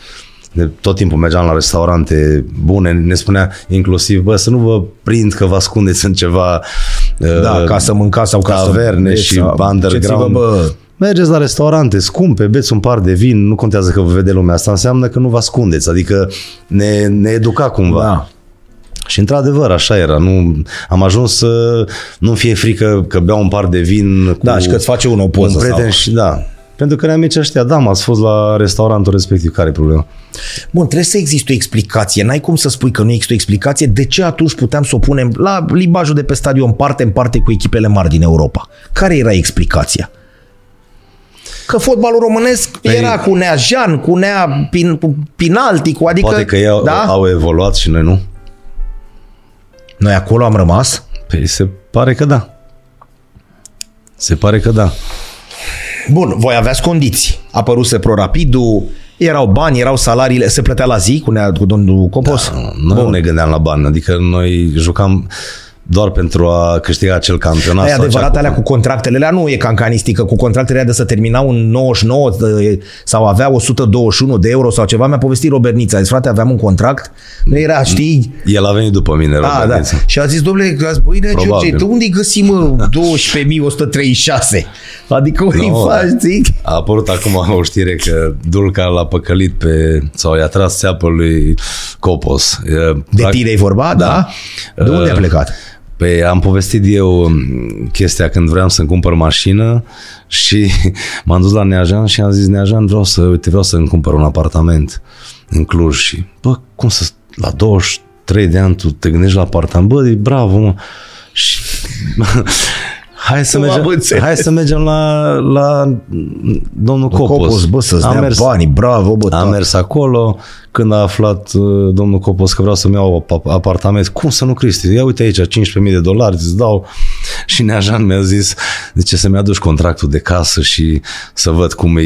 B: De tot timpul mergeam la restaurante bune, ne spunea inclusiv, bă, să nu vă prind că vă ascundeți în ceva
A: Da,
B: uh,
A: ca să mâncați sau ca să-
B: taverne
A: de-
B: și
A: sau-
B: underground.
A: Ce-ți-vă, bă?
B: Mergeți la restaurante scumpe, beți un par de vin, nu contează că vă vede lumea. Asta înseamnă că nu vă ascundeți, adică ne, ne educa cumva.
A: Da.
B: Și într-adevăr, așa era. Nu, am ajuns să nu fie frică că beau un par de vin cu
A: Da, și că-ți face unul o poză
B: un prieten
A: sau-
B: și da. Pentru că ne-am mici ăștia, da, m-ați fost la restaurantul respectiv, care e problema?
A: Adică- Bun, trebuie să există o explicație. N-ai cum să spui că nu există o explicație. De ce atunci puteam să o punem la limbajul de pe stadion parte în parte cu echipele mari din Europa? Care era explicația? Că fotbalul românesc
B: Păi-
A: era cu Neajan, cu Nea pin, cu Pinalti, cu adică...
B: Poate că ei au,
A: da?
B: au evoluat și noi nu.
A: Noi acolo am rămas.
B: Păi se pare că da. Se pare că da.
A: Bun, voi aveați condiții. Apăruse ProRapidul, erau bani, erau salariile, se plătea la zi cu, nea, cu domnul Copos. Da,
B: Noi nu ne gândeam la bani, adică noi jucam doar pentru a câștiga acel campionat.
A: Aia
B: sau acea
A: adevărat,
B: cupă.
A: alea cu contractele alea nu e ca în canistică, cu contractele alea de să terminau în 99 de- sau avea 121 de euro sau ceva, mi-a povestit Robert Nița, a zis, frate, aveam un contract, nu era,
B: Mm,
A: știi,
B: El a venit după mine,
A: da,
B: Robert
A: da.
B: Nețu.
A: Și a zis, domnule, că ați- băi, nea,
B: Probabil.
A: George, de unde găsim mă, 12.136? Adică îi
B: No.
A: faci, zic,
B: A apărut acum o știre că Dulca l-a păcălit pe, sau i-a tras țeapă lui Copos. E,
A: de
B: prac-
A: tine e vorba, da? De unde a
B: Uh,
A: plecat?
B: Pe am povestit eu m, chestia când vreau să-mi cumpăr mașină și m-am dus la Neajan și am zis, Neajan, vreau să, uite, vreau să-mi cumpăr un apartament în Cluj și, bă, cum să, la 23 de ani tu te gândești la apartament, bă, e bravo, mă. Și, hai să,
A: Nu am
B: mergem,
A: înțeles.
B: hai să mergem la, la domnul Copos.
A: Copos, bă, să-ți
B: Am
A: dea
B: mers-
A: banii, bravo, bă,
B: am
A: tată.
B: mers acolo, când a aflat uh, domnul Copos că vreau să-mi iau ap- apartament, cum să nu, Cristi? Ia uite aici, 15.000 de dolari, îți dau. Și Neajan mi-a zis, de ce să-mi aduci contractul de casă și să văd cum e...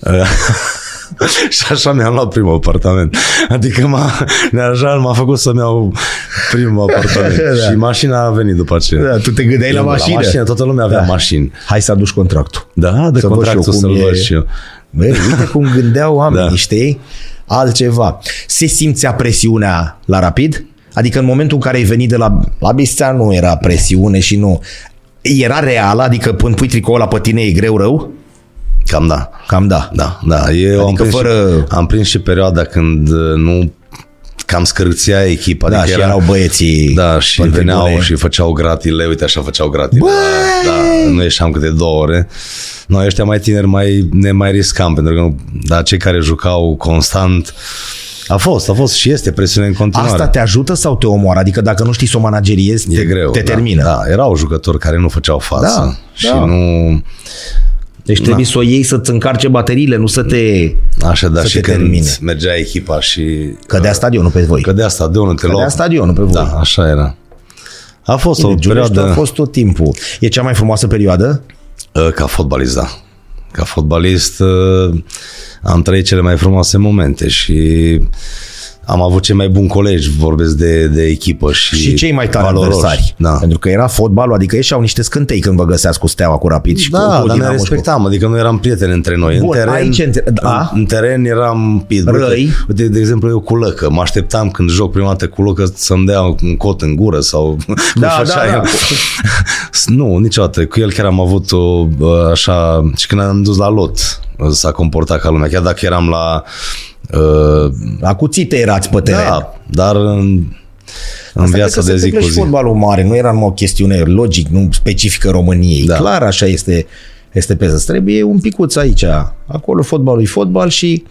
B: Uh, și așa mi-am luat primul apartament. Adică m-a, Neajan m-a făcut să-mi iau primul apartament.
A: Da.
B: Și mașina a venit după aceea.
A: Da, tu te gândeai la
B: Eu,
A: mașină.
B: La mașină, toată lumea avea
A: Da.
B: da. mașini.
A: Hai să aduci contractul.
B: Da, de
A: Să văd și eu
B: contractul
A: cum
B: să-l
A: e.
B: văd și eu.
A: Băi, uite cum gândeau oamenii, da.
B: Da.
A: știi? Altceva. Se simțea presiunea la rapid? Adică în momentul în care ai venit de la, la Bistea nu era presiune și nu... Era reală? Adică până pui tricoul la pe tine e greu rău?
B: Cam da.
A: Cam da.
B: Da, da. Eu adică am, prins
A: fără-
B: și, am prins și perioada când uh, nu cam scârția echipa.
A: Da,
B: adică
A: și erau băieții
B: Da, și
A: pe
B: veneau
A: tribune.
B: și făceau gratile, uite așa făceau gratile.
A: Băi!
B: Da, da, nu ieșeam câte două ore. Noi ăștia mai tineri mai, ne mai riscam, pentru că nu, da, cei care jucau constant A fost, a fost și este presiune în continuare.
A: Asta te ajută sau te omoară? Adică dacă nu știi să o manageriezi,
B: e
A: te,
B: greu.
A: te
B: da,
A: termină.
B: Da, erau jucători care nu făceau față
A: Da,
B: și
A: da.
B: nu...
A: Deci trebuie
B: Da.
A: să o iei să-ți încarce bateriile, nu să te...
B: Așa, dar
A: Să
B: și
A: te
B: când
A: termine.
B: mergea echipa și... uh,
A: Cădea stadionul pe voi.
B: Da. Cădea stadionul, te
A: Cădea
B: lua...
A: stadionul pe voi.
B: Da, așa era. A fost o
A: Deci, Giurești
B: perioadă...
A: a fost tot timpul. E cea mai frumoasă perioadă?
B: Uh, Ca fotbalist, da. Ca fotbalist uh, am trăit cele mai frumoase momente și am avut cei mai buni colegi, vorbesc de, de echipă și
A: și cei mai tari
B: valoroși.
A: adversari.
B: Da.
A: Pentru că era fotbalul, adică ieșeau niște scântei când vă găseați cu steaua, cu rapid și cu,
B: Da,
A: cu
B: dar ne
A: Dinamo și cu-
B: respectam, adică nu eram prieteni între noi.
A: Bun,
B: în teren,
A: aici între- da.
B: în, în teren eram pit.
A: Răi.
B: Uite, uite, de exemplu, eu cu lăcă. Mă așteptam când joc prima dată cu lăcă să-mi dea un cot în gură sau cum
A: Da,
B: făcea
A: da, da.
B: el. nu, niciodată. Cu el chiar am avut o bă, așa... Și când am dus la lot, s-a comportat ca lumea. Chiar dacă eram la... Uh,
A: La cuțite erați pe teren. Da.
B: da, dar în, în viața de zi cu
A: Și
B: zi.
A: fotbalul mare, nu era numai o chestiune logic, nu specifică României. Da.
B: Da.
A: Clar, așa este este pe zi. Trebuie un picuț aici. Acolo fotbalul e fotbal și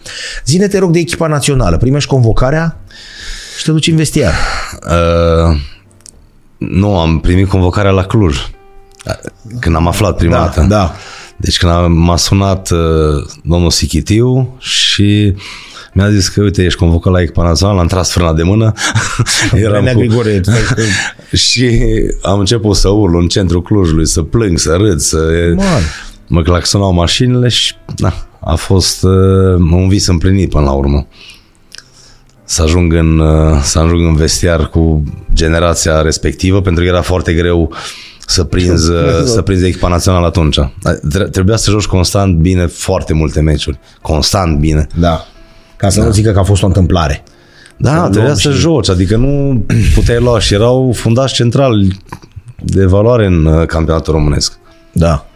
A: zine te rog de echipa națională. Primești convocarea și te duci în vestiar.
B: Uh, nu, am primit convocarea la Cluj. uh, Când am aflat prima
A: Da,
B: dată.
A: da.
B: Deci când am, m-a sunat uh, domnul Sichitiu și mi-a zis că uite, ești convocat la echipa națională, am tras frâna de mână. Eram
A: Renea
B: cu...
A: Grigore,
B: Și am început să urlu în centrul Clujului, să plâng, să râd, să...
A: Man.
B: Mă claxonau mașinile și na, a fost uh, un vis împlinit până la urmă. Să ajung, în, uh, să ajung în vestiar cu generația respectivă, pentru că era foarte greu să prinzi, uh, să prinzi echipa națională atunci. Tre- Trebuia să joci constant bine foarte multe meciuri. Constant bine.
A: da. Ca să da. nu zică că a fost o întâmplare.
B: Da, trebuia să joci, adică nu puteai lua și erau fundași centrali de valoare în uh, campionatul românesc.
A: Da.
B: Adică-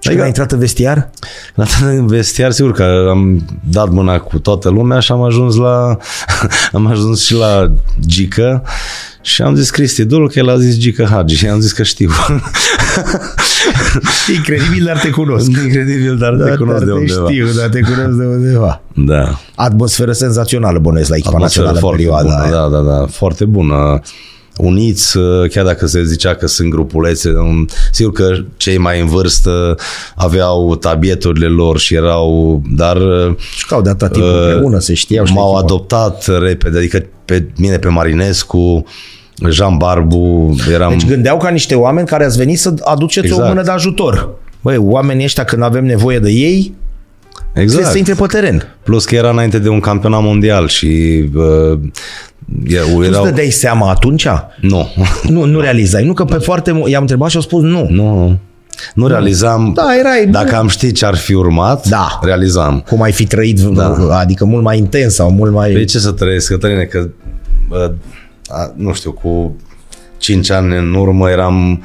A: Și când ai intrat în vestiar?
B: La tata în vestiar, sigur că am dat mâna cu toată lumea și am ajuns la am ajuns și la Gică și am zis Cristi Dul că el a zis Gică Hagi și am zis că știu.
A: Incredibil, dar te cunosc.
B: Sunt incredibil, Da, dar
A: Da,
B: te cunosc de undeva.
A: dar te cunosc de undeva.
B: Da.
A: Atmosferă senzațională, bănuiesc, la echipa
B: Atmosferă
A: națională în
B: foarte
A: perioada
B: bună,
A: aia.
B: da, da, da, foarte bună. Uniți, ă, chiar dacă se zicea că sunt grupulețe, um, sigur că cei mai în vârstă aveau tabieturile lor și erau, dar
A: Și că au de atâta timp
B: Uh,
A: împreună, se știau. și
B: M-au
A: echipa.
B: adoptat repede, adică pe mine, pe Marinescu, Jean Barbu, eram...
A: Deci gândeau ca niște oameni care ați venit să aduceți o
B: Exact.
A: mână de ajutor. Băi, oamenii ăștia când avem nevoie de ei, trebuie
B: exact.
A: să intre pe teren.
B: Plus că era înainte de un campionat mondial și uh, erau...
A: Nu-ți
B: erau...
A: dădeai seama atunci?
B: Nu,
A: Nu, nu realizai. Nu că pe foarte mult i-am întrebat și au spus nu.
B: nu, nu realizam...
A: Da, erai-
B: Dacă am ști ce ar fi urmat,
A: Da.
B: realizam.
A: Cum ai fi trăit,
B: Da.
A: adică mult mai intens sau mult mai...
B: Păi ce să trăiesc, Cătăline, că bă, a, nu știu, cu 5 ani în urmă eram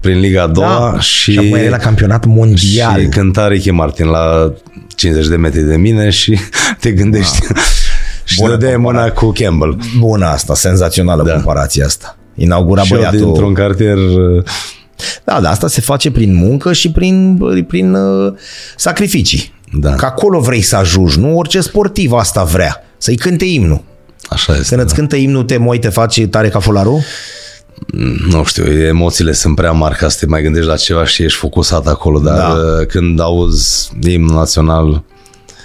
B: prin Liga a doua
A: da.
B: și...
A: și acum e la campionat mondial.
B: Și cânta Ricky Martin la 50 de metri de mine și te gândești.
A: Da.
B: și
A: Bună
B: dădeai mâna cu
A: Da,
B: Campbell.
A: Bună asta, senzațională da. comparația asta. Inaugura
B: Și eu
A: băiatul.
B: dintr-un cartier... uh,
A: Da, da, asta se face prin muncă și prin, prin uh, sacrificii.
B: Da,
A: Că acolo vrei să ajungi, nu orice sportiv asta vrea. Să-i cânte imnul.
B: așa este.
A: Când
B: da. Uh,
A: îți cântă imnul, te moi, te faci tare ca fularul?
B: Nu știu, emoțiile sunt prea mari ca să te mai gândești la ceva și ești focusat acolo, dar
A: Da.
B: da. când auzi imnul național...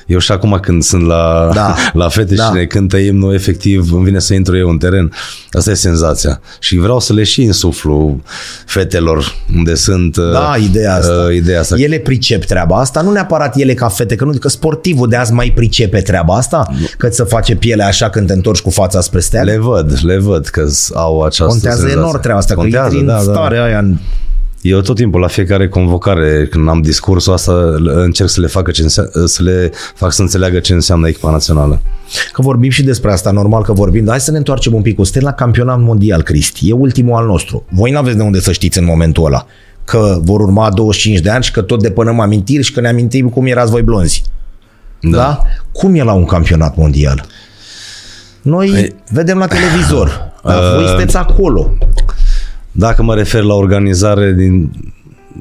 B: Eu și acum când sunt la,
A: Da.
B: da. la fete
A: Da.
B: da. și ne cântă imnul, efectiv îmi vine să intru eu în teren. Asta e senzația. Și vreau să le și insuflu fetelor unde sunt
A: Da,
B: uh,
A: ideea asta.
B: uh, ideea asta.
A: Ele pricep treaba asta, nu neapărat ele ca fete, că nu că sportivul de azi mai pricepe treaba asta, că ți se face pielea așa când te întorci cu fața spre stea.
B: Le văd, le văd că s- au această
A: Contează
B: senzație.
A: enorm treaba asta, că
B: Contează,
A: intri
B: da,
A: în
B: da.
A: starea aia în
B: Eu tot timpul la fiecare convocare, când am discursul asta, l- încerc să le, facă ce înse- să le fac să înțeleagă ce înseamnă echipa națională.
A: Că vorbim și despre asta, normal că vorbim, dar hai să ne întoarcem un pic. Suntem la campionat mondial, Cristi, e ultimul al nostru. Voi nu aveți de unde să știți în momentul ăla că vor urma 25 de ani și că tot depănăm amintiri și că ne amintim cum erați voi blonzi. Da? da? Cum e la un campionat mondial? Noi Ei, vedem la Uh, televizor, dar voi sunteți acolo.
B: Dacă mă refer la organizare din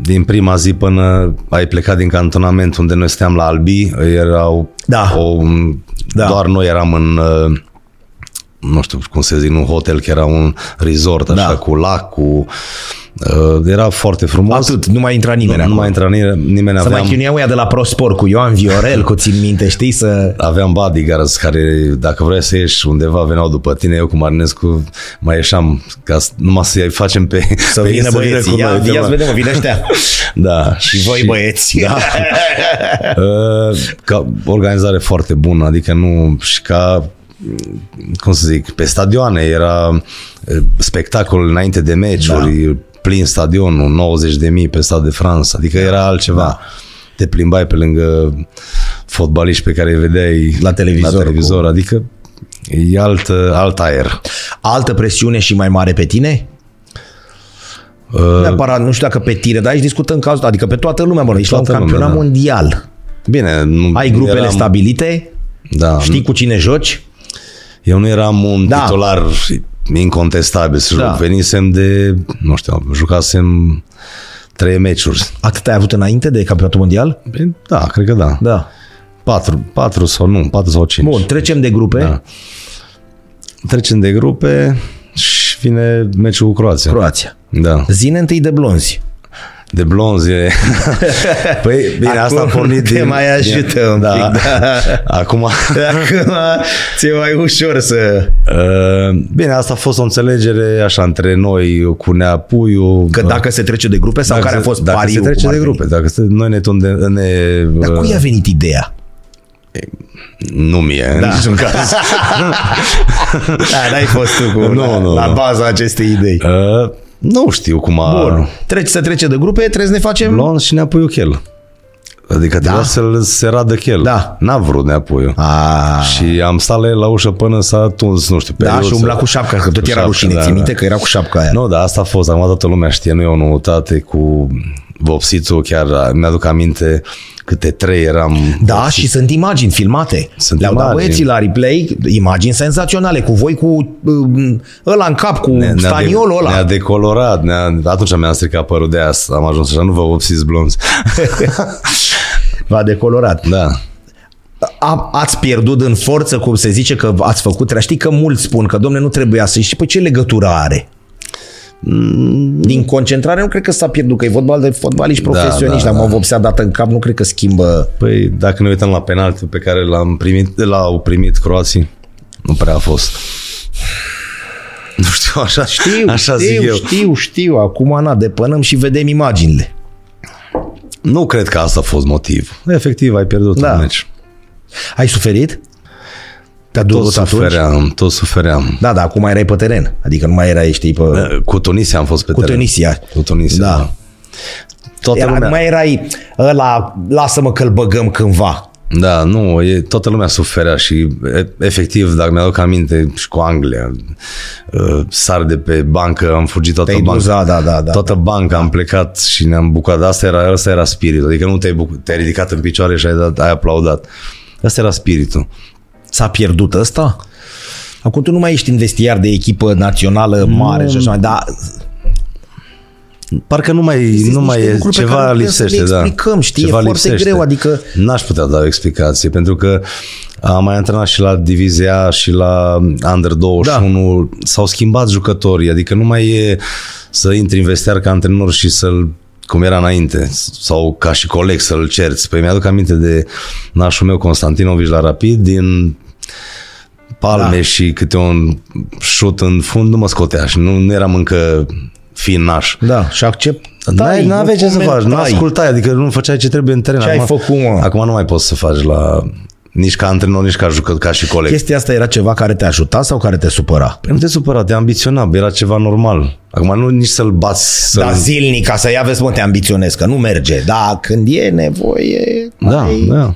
B: din prima zi până ai plecat din cantonament unde noi steam la Albi, erau
A: Da.
B: o,
A: Da.
B: da. doar noi eram în uh, nu știu cum se zic, un hotel, că era un resort așa
A: Da.
B: da. cu lac, cu uh, era foarte frumos.
A: Atât, nu mai intra nimeni
B: Nu, nu
A: acolo.
B: mai intra nimeni, nimeni
A: Să
B: aveam,
A: mai chinuiau ea de la Prospor cu Ioan Viorel, cu țin minte, știi, să...
B: aveam bodyguards care dacă vrei să ieși undeva veneau după tine, eu cu Marinescu mai ieșeam ca să, numai să-i facem pe
A: Păi Să
B: pe ei
A: vină băieții.
B: cu
A: Ia,
B: noi,
A: ia
B: da.
A: să vedem, vin ăștia.
B: Da.
A: Și voi băieți. Da.
B: Uh, ca organizare foarte bună, adică nu și ca cum să zic, pe stadioane era uh, spectacol înainte de meciuri,
A: Da.
B: plin stadionul, 90 de mii pe Stade de France,
A: Da.
B: adică era altceva. Te plimbai pe lângă fotbaliști pe care îi vedeai
A: La televizor,
B: la televizor adică e alt, alt aer.
A: Altă presiune și mai mare pe tine? Nu
B: Uh,
A: Neapărat, nu știu dacă pe tine, dar aici discutăm cazul, adică pe toată lumea, mă, ești la un
B: toată
A: campionat
B: lumea, da.
A: mondial.
B: bine, nu,
A: Ai
B: nu
A: grupele
B: eram-
A: stabilite,
B: Da,
A: știi cu cine joci,
B: Eu nu eram un
A: Da.
B: da. titular incontestabil să
A: Da.
B: da. Venisem de, nu știu, jucasem trei meciuri.
A: atât ai avut înainte de campionatul mondial?
B: Bine, Da, cred că da. da. Patru, patru sau nu, patru sau cinci.
A: Bun, trecem de grupe.
B: Da. Trecem de grupe și vine meciul cu Croația.
A: Croația.
B: da.
A: Zine întâi de blonzi.
B: De blonzie. păi, bine,
A: Acum
B: asta a pornit
A: te
B: din...
A: mai ajută
B: din-
A: un
B: da.
A: pic, da.
B: Acum...
A: Acum ți-e mai ușor să...
B: Uh, Bine, asta a fost o înțelegere așa între noi cu Nea Puiu.
A: Că
B: Uh,
A: dacă se trece de grupe sau care a
B: se-
A: fost
B: dacă
A: pariul?
B: se trece
A: cum ar
B: de
A: veni?
B: grupe, Da. dacă se, noi ne tunde, ne, uh,
A: Dar cui a venit ideea?
B: nu mie, da. în niciun caz.
A: Da, n-ai fost tu cu,
B: Nu,
A: la,
B: nu,
A: la
B: nu.
A: baza acestei idei.
B: uh, nu știu cum a
A: Bun. Treci să trece de grupe, trebuie să ne facem...
B: luat și ne-a puiu chel. Adică trebuia să-l se radă chel.
A: Da.
B: N-a vrut ne-a puiu.
A: A,
B: Și am stat la el la ușă până s-a tuns, nu știu, pe
A: da,
B: el
A: și
B: să-
A: umbla cu șapca, că tot
B: Cu
A: era
B: șapca, da,
A: rușine. Ții minte că era cu șapca aia.
B: Nu, dar asta a fost. Acum toată lumea știe, nu e o noutate cu vopsitul, chiar mi-aduc aminte câte trei eram.
A: Da, și sunt imagini filmate.
B: Sunt
A: Le-au dat
B: imagini.
A: băieții la replay, imagini senzaționale, cu voi cu um, ăla în cap, cu ne,
B: Ne-a de-
A: staniolul ăla.
B: Ne-a decolorat, ne-a, atunci mi-am stricat părul de aia, am ajuns așa, nu vă obsiți blonzi.
A: V-a decolorat.
B: da.
A: A, ați pierdut în forță, cum se zice, că ați făcut treaba. Știi că mulți spun că, domne, nu trebuia să ieși. Păi ce legătură are? Din concentrare nu cred că s-a pierdut, că e vorba de fotbaliști
B: Mm. Da,
A: profesioniști,
B: da,
A: dar mă
B: da.
A: vopsea dată în cap, nu cred că schimbă.
B: Păi dacă ne uităm la penaltiul pe care l-am primit, l-au primit croații, nu prea a fost. Nu știu, așa,
A: Știu,
B: așa
A: știu,
B: zic eu.
A: știu, știu, acum na, depănăm și vedem imaginile.
B: Nu cred că asta a fost motiv. Efectiv, ai pierdut
A: Da.
B: da. un meci.
A: Ai suferit? Te-a durut
B: Tot
A: atunci?
B: sufeream, tot sufeream.
A: Da, da, acum erai pe teren. Adică nu mai erai, știi, pe... Da,
B: Cu Tunisia am fost pe
A: cu
B: teren.
A: Tunisia.
B: Cu Tunisia,
A: Da.
B: da. Toată
A: Era,
B: lumea...
A: nu mai erai ăla, lasă-mă că-l băgăm cândva.
B: Da, nu, e, toată lumea suferea și e, efectiv, dacă mi-aduc aminte, și cu Anglia, uh, sar de pe bancă, am fugit toată
A: Te-ai dus,
B: banca.
A: da, da, da. da.
B: Toată banca am plecat și ne-am bucurat. Asta era, asta era spiritul. Adică nu te-ai, buc- te-ai ridicat în picioare și ai, dat, ai aplaudat. Asta era spiritul.
A: S-a pierdut ăsta? Acum tu nu mai ești în vestiar de echipă națională mare și așa mai, dar
B: Parcă nu mai, nu
A: niște
B: mai e,
A: lucruri pe care nu
B: ceva
A: putem
B: lipsește,
A: să le
B: da.
A: explicăm, știi, e
B: ceva
A: foarte greu, adică-
B: N-aș putea da o explicație, pentru că am mai antrenat și la divizia A și la Under 21, da. s-au schimbat jucătorii, adică nu mai e să intri în vestiar ca antrenor și să-l cum era înainte, sau ca și coleg să-l cerți. Păi mi-aduc aminte de nașul meu Constantinovici la Rapid, din palme
A: Da.
B: da. și câte un șut în fund, nu mă scotea și nu, nu eram încă fin naș.
A: da, și accept.
B: N-ai, n-aveai ce să faci, nu
A: ascult.
B: ascultai, adică nu făceai ce trebuie în teren.
A: Ce ai făcut, mă?
B: Acum nu mai poți să faci la... Nici ca antrenor, nici ca jucător, ca și coleg.
A: Chestia asta era ceva care te ajuta sau care te supăra?
B: Păi nu te supăra, te ambiționa, era ceva normal. Acum nu nici să-l bați, să
A: Da, zilnic, ca să-i aveți, mă, te ambiționez, că nu merge. Da, când e nevoie...
B: da, da.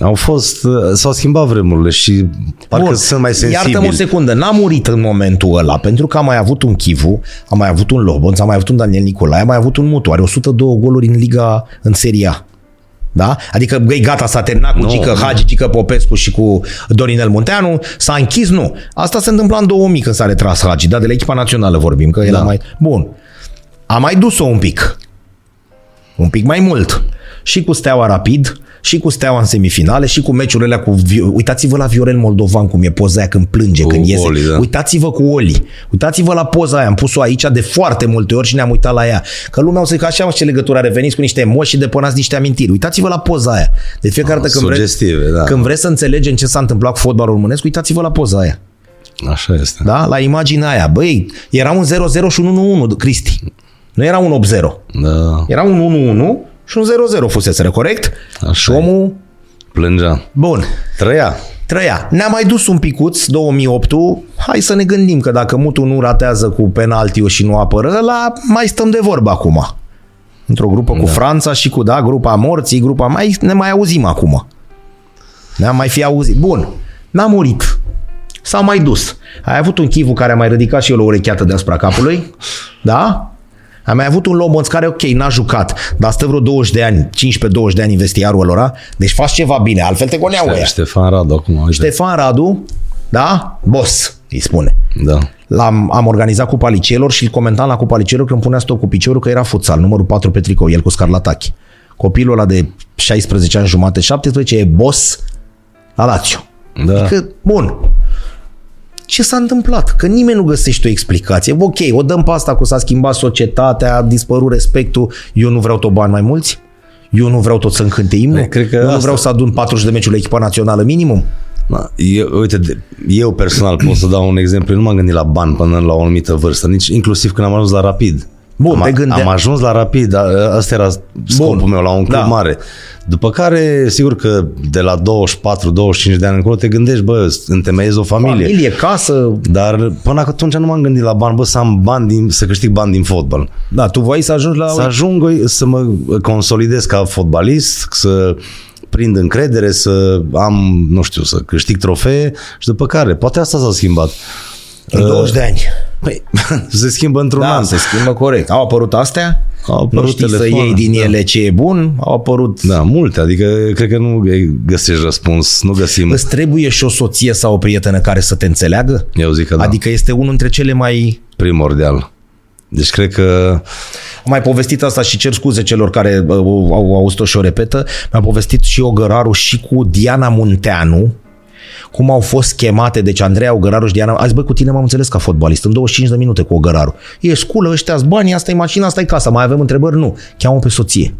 B: Au fost, uh, s-au schimbat vremurile și parcă
A: Bun,
B: sunt mai
A: Iartă-mă o
B: sensibili.
A: secundă, n-a murit în momentul ăla, pentru că am mai avut un Chivu, am mai avut un Lobonț, am mai avut un Daniel Nicolae, am mai avut un Mutu, are 102 goluri în Liga, în Serie A. Da? Adică, băi, gata, s-a terminat cu
B: Nu,
A: Gică
B: nu.
A: Hagi, Gică Popescu și cu Dorinel Munteanu, s-a închis, nu. Asta se întâmpla în 2000 când s-a retras Hagi, da, de la echipa națională vorbim, că era
B: Da.
A: mai... Bun. A mai dus-o un pic. un pic mai mult. Și cu Steaua Rapid, și cu Steaua în semifinale, și cu meciurile alea cu... Vi- Uitați-vă la Viorel Moldovan cum e poza aia când plânge,
B: Cu
A: când iese.
B: Oli, da.
A: Uitați-vă cu Oli. Uitați-vă la poza aia. Am pus-o aici de foarte multe ori și ne-am uitat la ea. Că lumea o să zică așa, mă, ce legătură are. Veniți cu niște emoții și depănați niște amintiri. Uitați-vă la poza aia. De fiecare dată când vreți,
B: Sugestive, da.
A: când vreți să înțelegem ce s-a întâmplat cu fotbalul românesc, uitați-vă la poza aia.
B: Așa este.
A: Da? La imaginea aia. Băi, era un 0-0 și un 1-1, Cristi. Nu era un 8-0.
B: Da.
A: Era un 1-1 și un 0-0 fuseseră, corect?
B: Așa
A: și
B: e.
A: omul,
B: Plângea.
A: bun,
B: Trăia.
A: trăia. Ne-a mai dus un picuț, 2008 hai să ne gândim că dacă Mutu nu ratează cu penaltiul și nu apără, la mai stăm de vorbă acum. Într-o grupă cu Franța și cu, da, grupa morții, grupa mai, ne mai auzim acum. Ne-am mai fi auzit. Bun, n-a murit. S-a mai dus. Ai avut un chivu care a mai ridicat și el o urecheată deasupra capului? Da? Ai mai avut un Lomonț care, ok, n-a jucat, dar stă vreo 20 de ani, 15-20 de ani în vestiarul ălora, deci faci ceva bine, altfel te goneau ăia.
B: Ștefan Radu acum. uite.
A: Ștefan Radu, da? Boss, îi spune.
B: Da.
A: L-am am organizat cu palicelor și îl comentam la cu palicelor când punea stop cu piciorul că era futsal, numărul 4 pe tricou, el cu scarlatachi. Copilul ăla de 16 ani jumate, 17, e boss la Lazio.
B: Da.
A: Adică, bun, ce s-a întâmplat? Că nimeni nu găsește o explicație. Ok, o dăm pe asta cu s-a schimbat societatea, a dispărut respectul, eu nu vreau tot bani mai mulți, eu nu vreau tot să-mi cânte imnul,
B: Păi, cred că
A: eu nu
B: asta-
A: vreau să adun 40 de meciuri la echipa națională minimum.
B: Da, eu, uite, de- eu personal pot să dau un exemplu. Eu nu m-am gândit la bani până la o anumită vârstă, nici inclusiv când am ajuns la Rapid.
A: Bun,
B: am,
A: te gândeai-
B: am ajuns la Rapid, a- asta era scopul
A: Bun,
B: meu, la un club
A: da.
B: mare. După care, sigur că de la 24-25 de ani încolo te gândești, bă, întemeiezi o familie.
A: Familie, casă,
B: Dar până atunci nu m-am gândit la bani, bă, să am bani din, să câștig bani din fotbal.
A: da, tu voi să ajungi la...
B: Să ajung eu să mă consolidez ca fotbalist, să prind încredere, să am, nu știu, să câștig trofee și după care, poate asta s-a schimbat.
A: în 20 de ani.
B: Păi, se schimbă într-un
A: Da.
B: an.
A: schimbă corect. Au apărut astea,
B: Au
A: nu
B: apărut
A: știi să
B: telefoane,
A: iei din
B: da.
A: ele ce e bun, au apărut...
B: Da, multe, adică cred că nu găsești răspuns, nu găsim.
A: Îți trebuie și o soție sau o prietenă care să te înțeleagă?
B: Eu zic că da, adică...
A: Adică este unul dintre cele mai
B: primordial. Deci cred că
A: Am mai povestit asta și cer scuze celor care uh, au au auzit-o și o repetă. Mi-a povestit și Ogăraru și cu Diana Munteanu cum au fost chemate, deci Andreea Ogăraru și Diana, azi băi cu tine m-am înțeles ca fotbalist, în 25 de minute cu Ogăraru. E sculă, ăștia bani, asta e mașina, asta e casa, mai avem întrebări? Nu. Cheamă pe soție.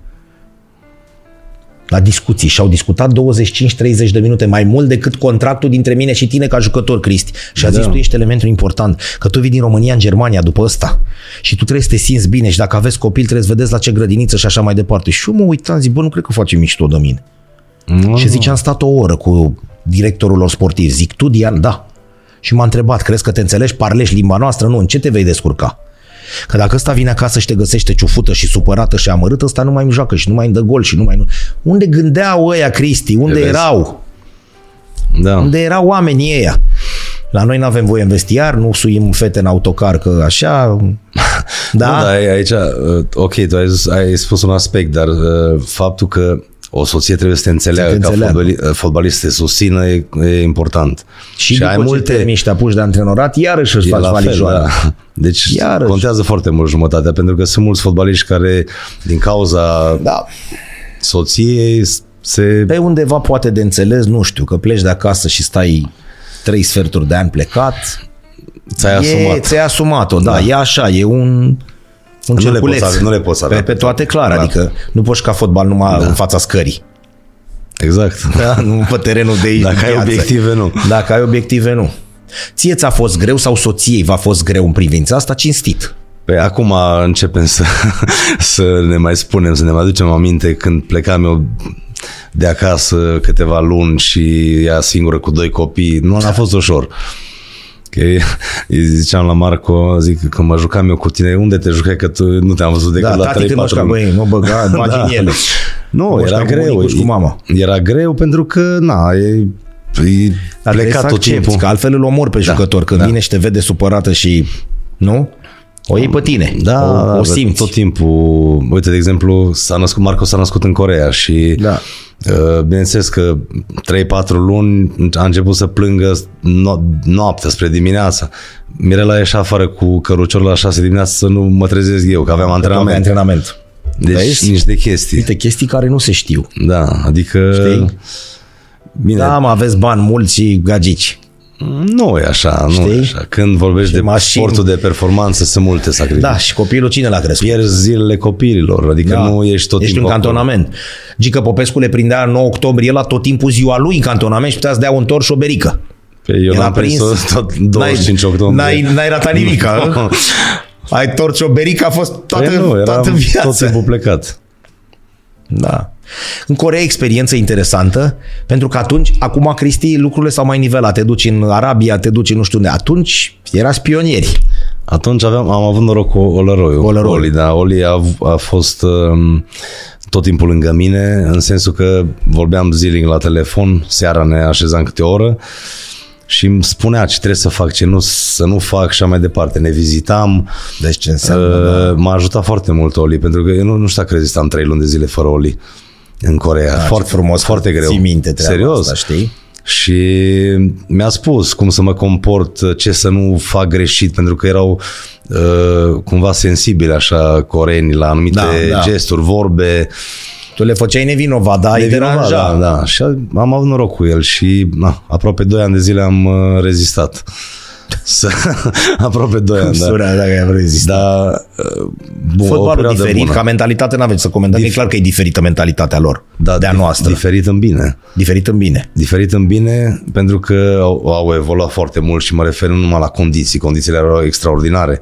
A: La discuții și au discutat 25-30 de minute mai mult decât contractul dintre mine și tine ca jucător, Cristi. Și a zis,
B: Da.
A: tu ești elementul important, că tu vii din România în Germania după ăsta și tu trebuie să te simți bine și dacă aveți copil trebuie să vedeți la ce grădiniță și așa mai departe. Și eu mă uitam, zic, bă, nu cred că face mișto de mine.
B: nu,
A: Și zice, am stat o oră cu directorul lor sportiv. Zic, tu, Dian, da. Și m-a întrebat, crezi că te înțelegi, parlești limba noastră? Nu, în ce te vei descurca? Că dacă ăsta vine acasă și te găsește ciufută și supărată și amărâtă, ăsta nu mai îmi joacă și nu mai îmi dă gol și nu mai... Nu... Unde gândeau ăia, Cristi? Unde
B: Vezi?
A: erau?
B: da.
A: Unde erau oamenii ăia? La noi nu avem voie în vestiar, nu suim fete în autocar, că așa... Da?
B: Nu, dar ai- aici, uh, ok, tu ai, zis, ai spus un aspect, dar uh, faptul că o soție trebuie să te înțeleagă,
A: Să te
B: ca
A: înțeleagă.
B: fotbali, uh, fotbalist, să te susțină, e, e important.
A: Și, și ai multe... ce te miști, te apuci de antrenorat, iarăși își
B: e
A: faci
B: la fel,
A: valijoara.
B: da. Deci
A: Iarăși.
B: contează foarte mult jumătatea, pentru că sunt mulți fotbaliști care, din cauza
A: da.
B: soției, se...
A: Pe undeva poate de înțeles, nu știu, că pleci de acasă și stai trei sferturi de ani plecat.
B: ți-ai
A: E,
B: asumat.
A: ți-ai asumat-o, da, da,
B: Da.
A: e așa, e un, un
B: le
A: cerculeț.
B: poți avea- nu le poți avea
A: Pe, pe toate clar,
B: Da.
A: adică nu poți ca fotbal numai da. în fața scării.
B: Exact.
A: Da, nu pe terenul de aici.
B: Dacă
A: din
B: ai
A: viață.
B: obiective, nu.
A: Dacă ai obiective, nu. Ție ți-a fost greu sau soției v-a fost greu în privința asta? Cinstit.
B: Păi acum începem să, să ne mai spunem, să ne mai aducem aminte când plecam eu de acasă câteva luni și ea singură cu doi copii, nu a fost ușor. Că îi ziceam la Marco, zic că când mă jucam eu cu tine, unde te jucai că tu nu te-am văzut decât
A: Da,
B: la 3-4
A: tati când mășca,
B: luni.
A: băi, mă băga,
B: Da.
A: imagini ele.
B: Nu,
A: Mă
B: era
A: știam cu
B: greu.
A: bunicul și cu mama.
B: Era greu pentru că, na, e, Exact e
A: Dar trebuie
B: plecat
A: să
B: tot
A: accepti,
B: timpul.
A: Că altfel îl omor pe da, jucător când da. vine și te vede supărată și... Nu? O iei pe tine.
B: Da,
A: o,
B: da,
A: o
B: da,
A: simți.
B: Tot timpul, uite, de exemplu, s-a născut, Marco s-a născut în Corea și
A: Da.
B: uh, bineînțeles că 3-4 luni a început să plângă no- noaptea spre dimineața. Mirela ieșea afară cu căruciorul la 6 dimineața să nu mă trezesc eu, că aveam
A: Tot
B: antrenament.
A: antrenament.
B: Deci
A: Vezi?
B: niște chestii.
A: Uite, chestii care nu se știu.
B: Da, adică...
A: Știi?
B: Bine,
A: Da,
B: da.
A: mă, aveți bani mulți și gagici.
B: nu e așa, nu
A: Știi?
B: e așa. Când vorbești de
A: mașini.
B: sportul de performanță, sunt multe sacrificii.
A: Da, și copilul cine l-a crescut?
B: Pierzi zilele copiilor, adică
A: Da.
B: da. nu ești tot
A: Ești în
B: timpul acolo.
A: cantonament. Gică Popescu le prindea 9 octombrie la tot timpul ziua lui în cantonament și putea să dea un tor și o berică.
B: Păi eu
A: Era
B: l-am prins
A: prins.
B: tot 25 octombrie.
A: N-ai, n-ai ratat nimic, a? Ai torci o berică, a fost toată,
B: Păi nu, eram
A: toată viața.
B: tot timpul plecat.
A: Da. În Corea e experiență interesantă, pentru că atunci, acum, Cristi, lucrurile s-au mai nivelat. Te duci în Arabia, te duci în nu știu unde. Atunci erați pionieri.
B: Atunci aveam, am avut noroc cu Olăroiu.
A: Olăroi.
B: Oli, da. Oli a, a fost um, tot timpul lângă mine, în sensul că vorbeam zilnic la telefon, seara ne așezam câte o oră și îmi spunea ce trebuie să fac, ce nu, să nu fac și așa mai departe. Ne vizitam,
A: Deci ce
B: Uh, m-a ajutat foarte mult Oli, pentru că eu nu, nu știu dacă rezistam 3 luni de zile fără Oli în Corea. Da, foarte
A: Ah, frumos,
B: foarte greu.
A: Ții minte treaba
B: Serios.
A: asta, știi?
B: Și mi-a spus cum să mă comport, ce să nu fac greșit, pentru că erau uh, cumva sensibili așa coreenii la anumite
A: Da,
B: da,
A: da.
B: da. gesturi, vorbe.
A: Tu le făceai nevinovat, dar ai
B: Devinava,
A: deranja.
B: Da, da. Și am avut noroc cu el și na, aproape 2 ani de zile am uh, rezistat. Să, aproape 2 ani, da.
A: Sura, dacă ai rezistat.
B: Dar, uh, bun, o
A: Fotbalul
B: perioadă
A: diferit,
B: bună.
A: ca mentalitate n-aveți să comentați. E clar că e diferită mentalitatea lor da, de a
B: dif-
A: noastră.
B: Diferit în bine.
A: diferit în bine.
B: Diferit în bine pentru că au, au evoluat foarte mult și mă refer nu numai la condiții. Condițiile erau extraordinare.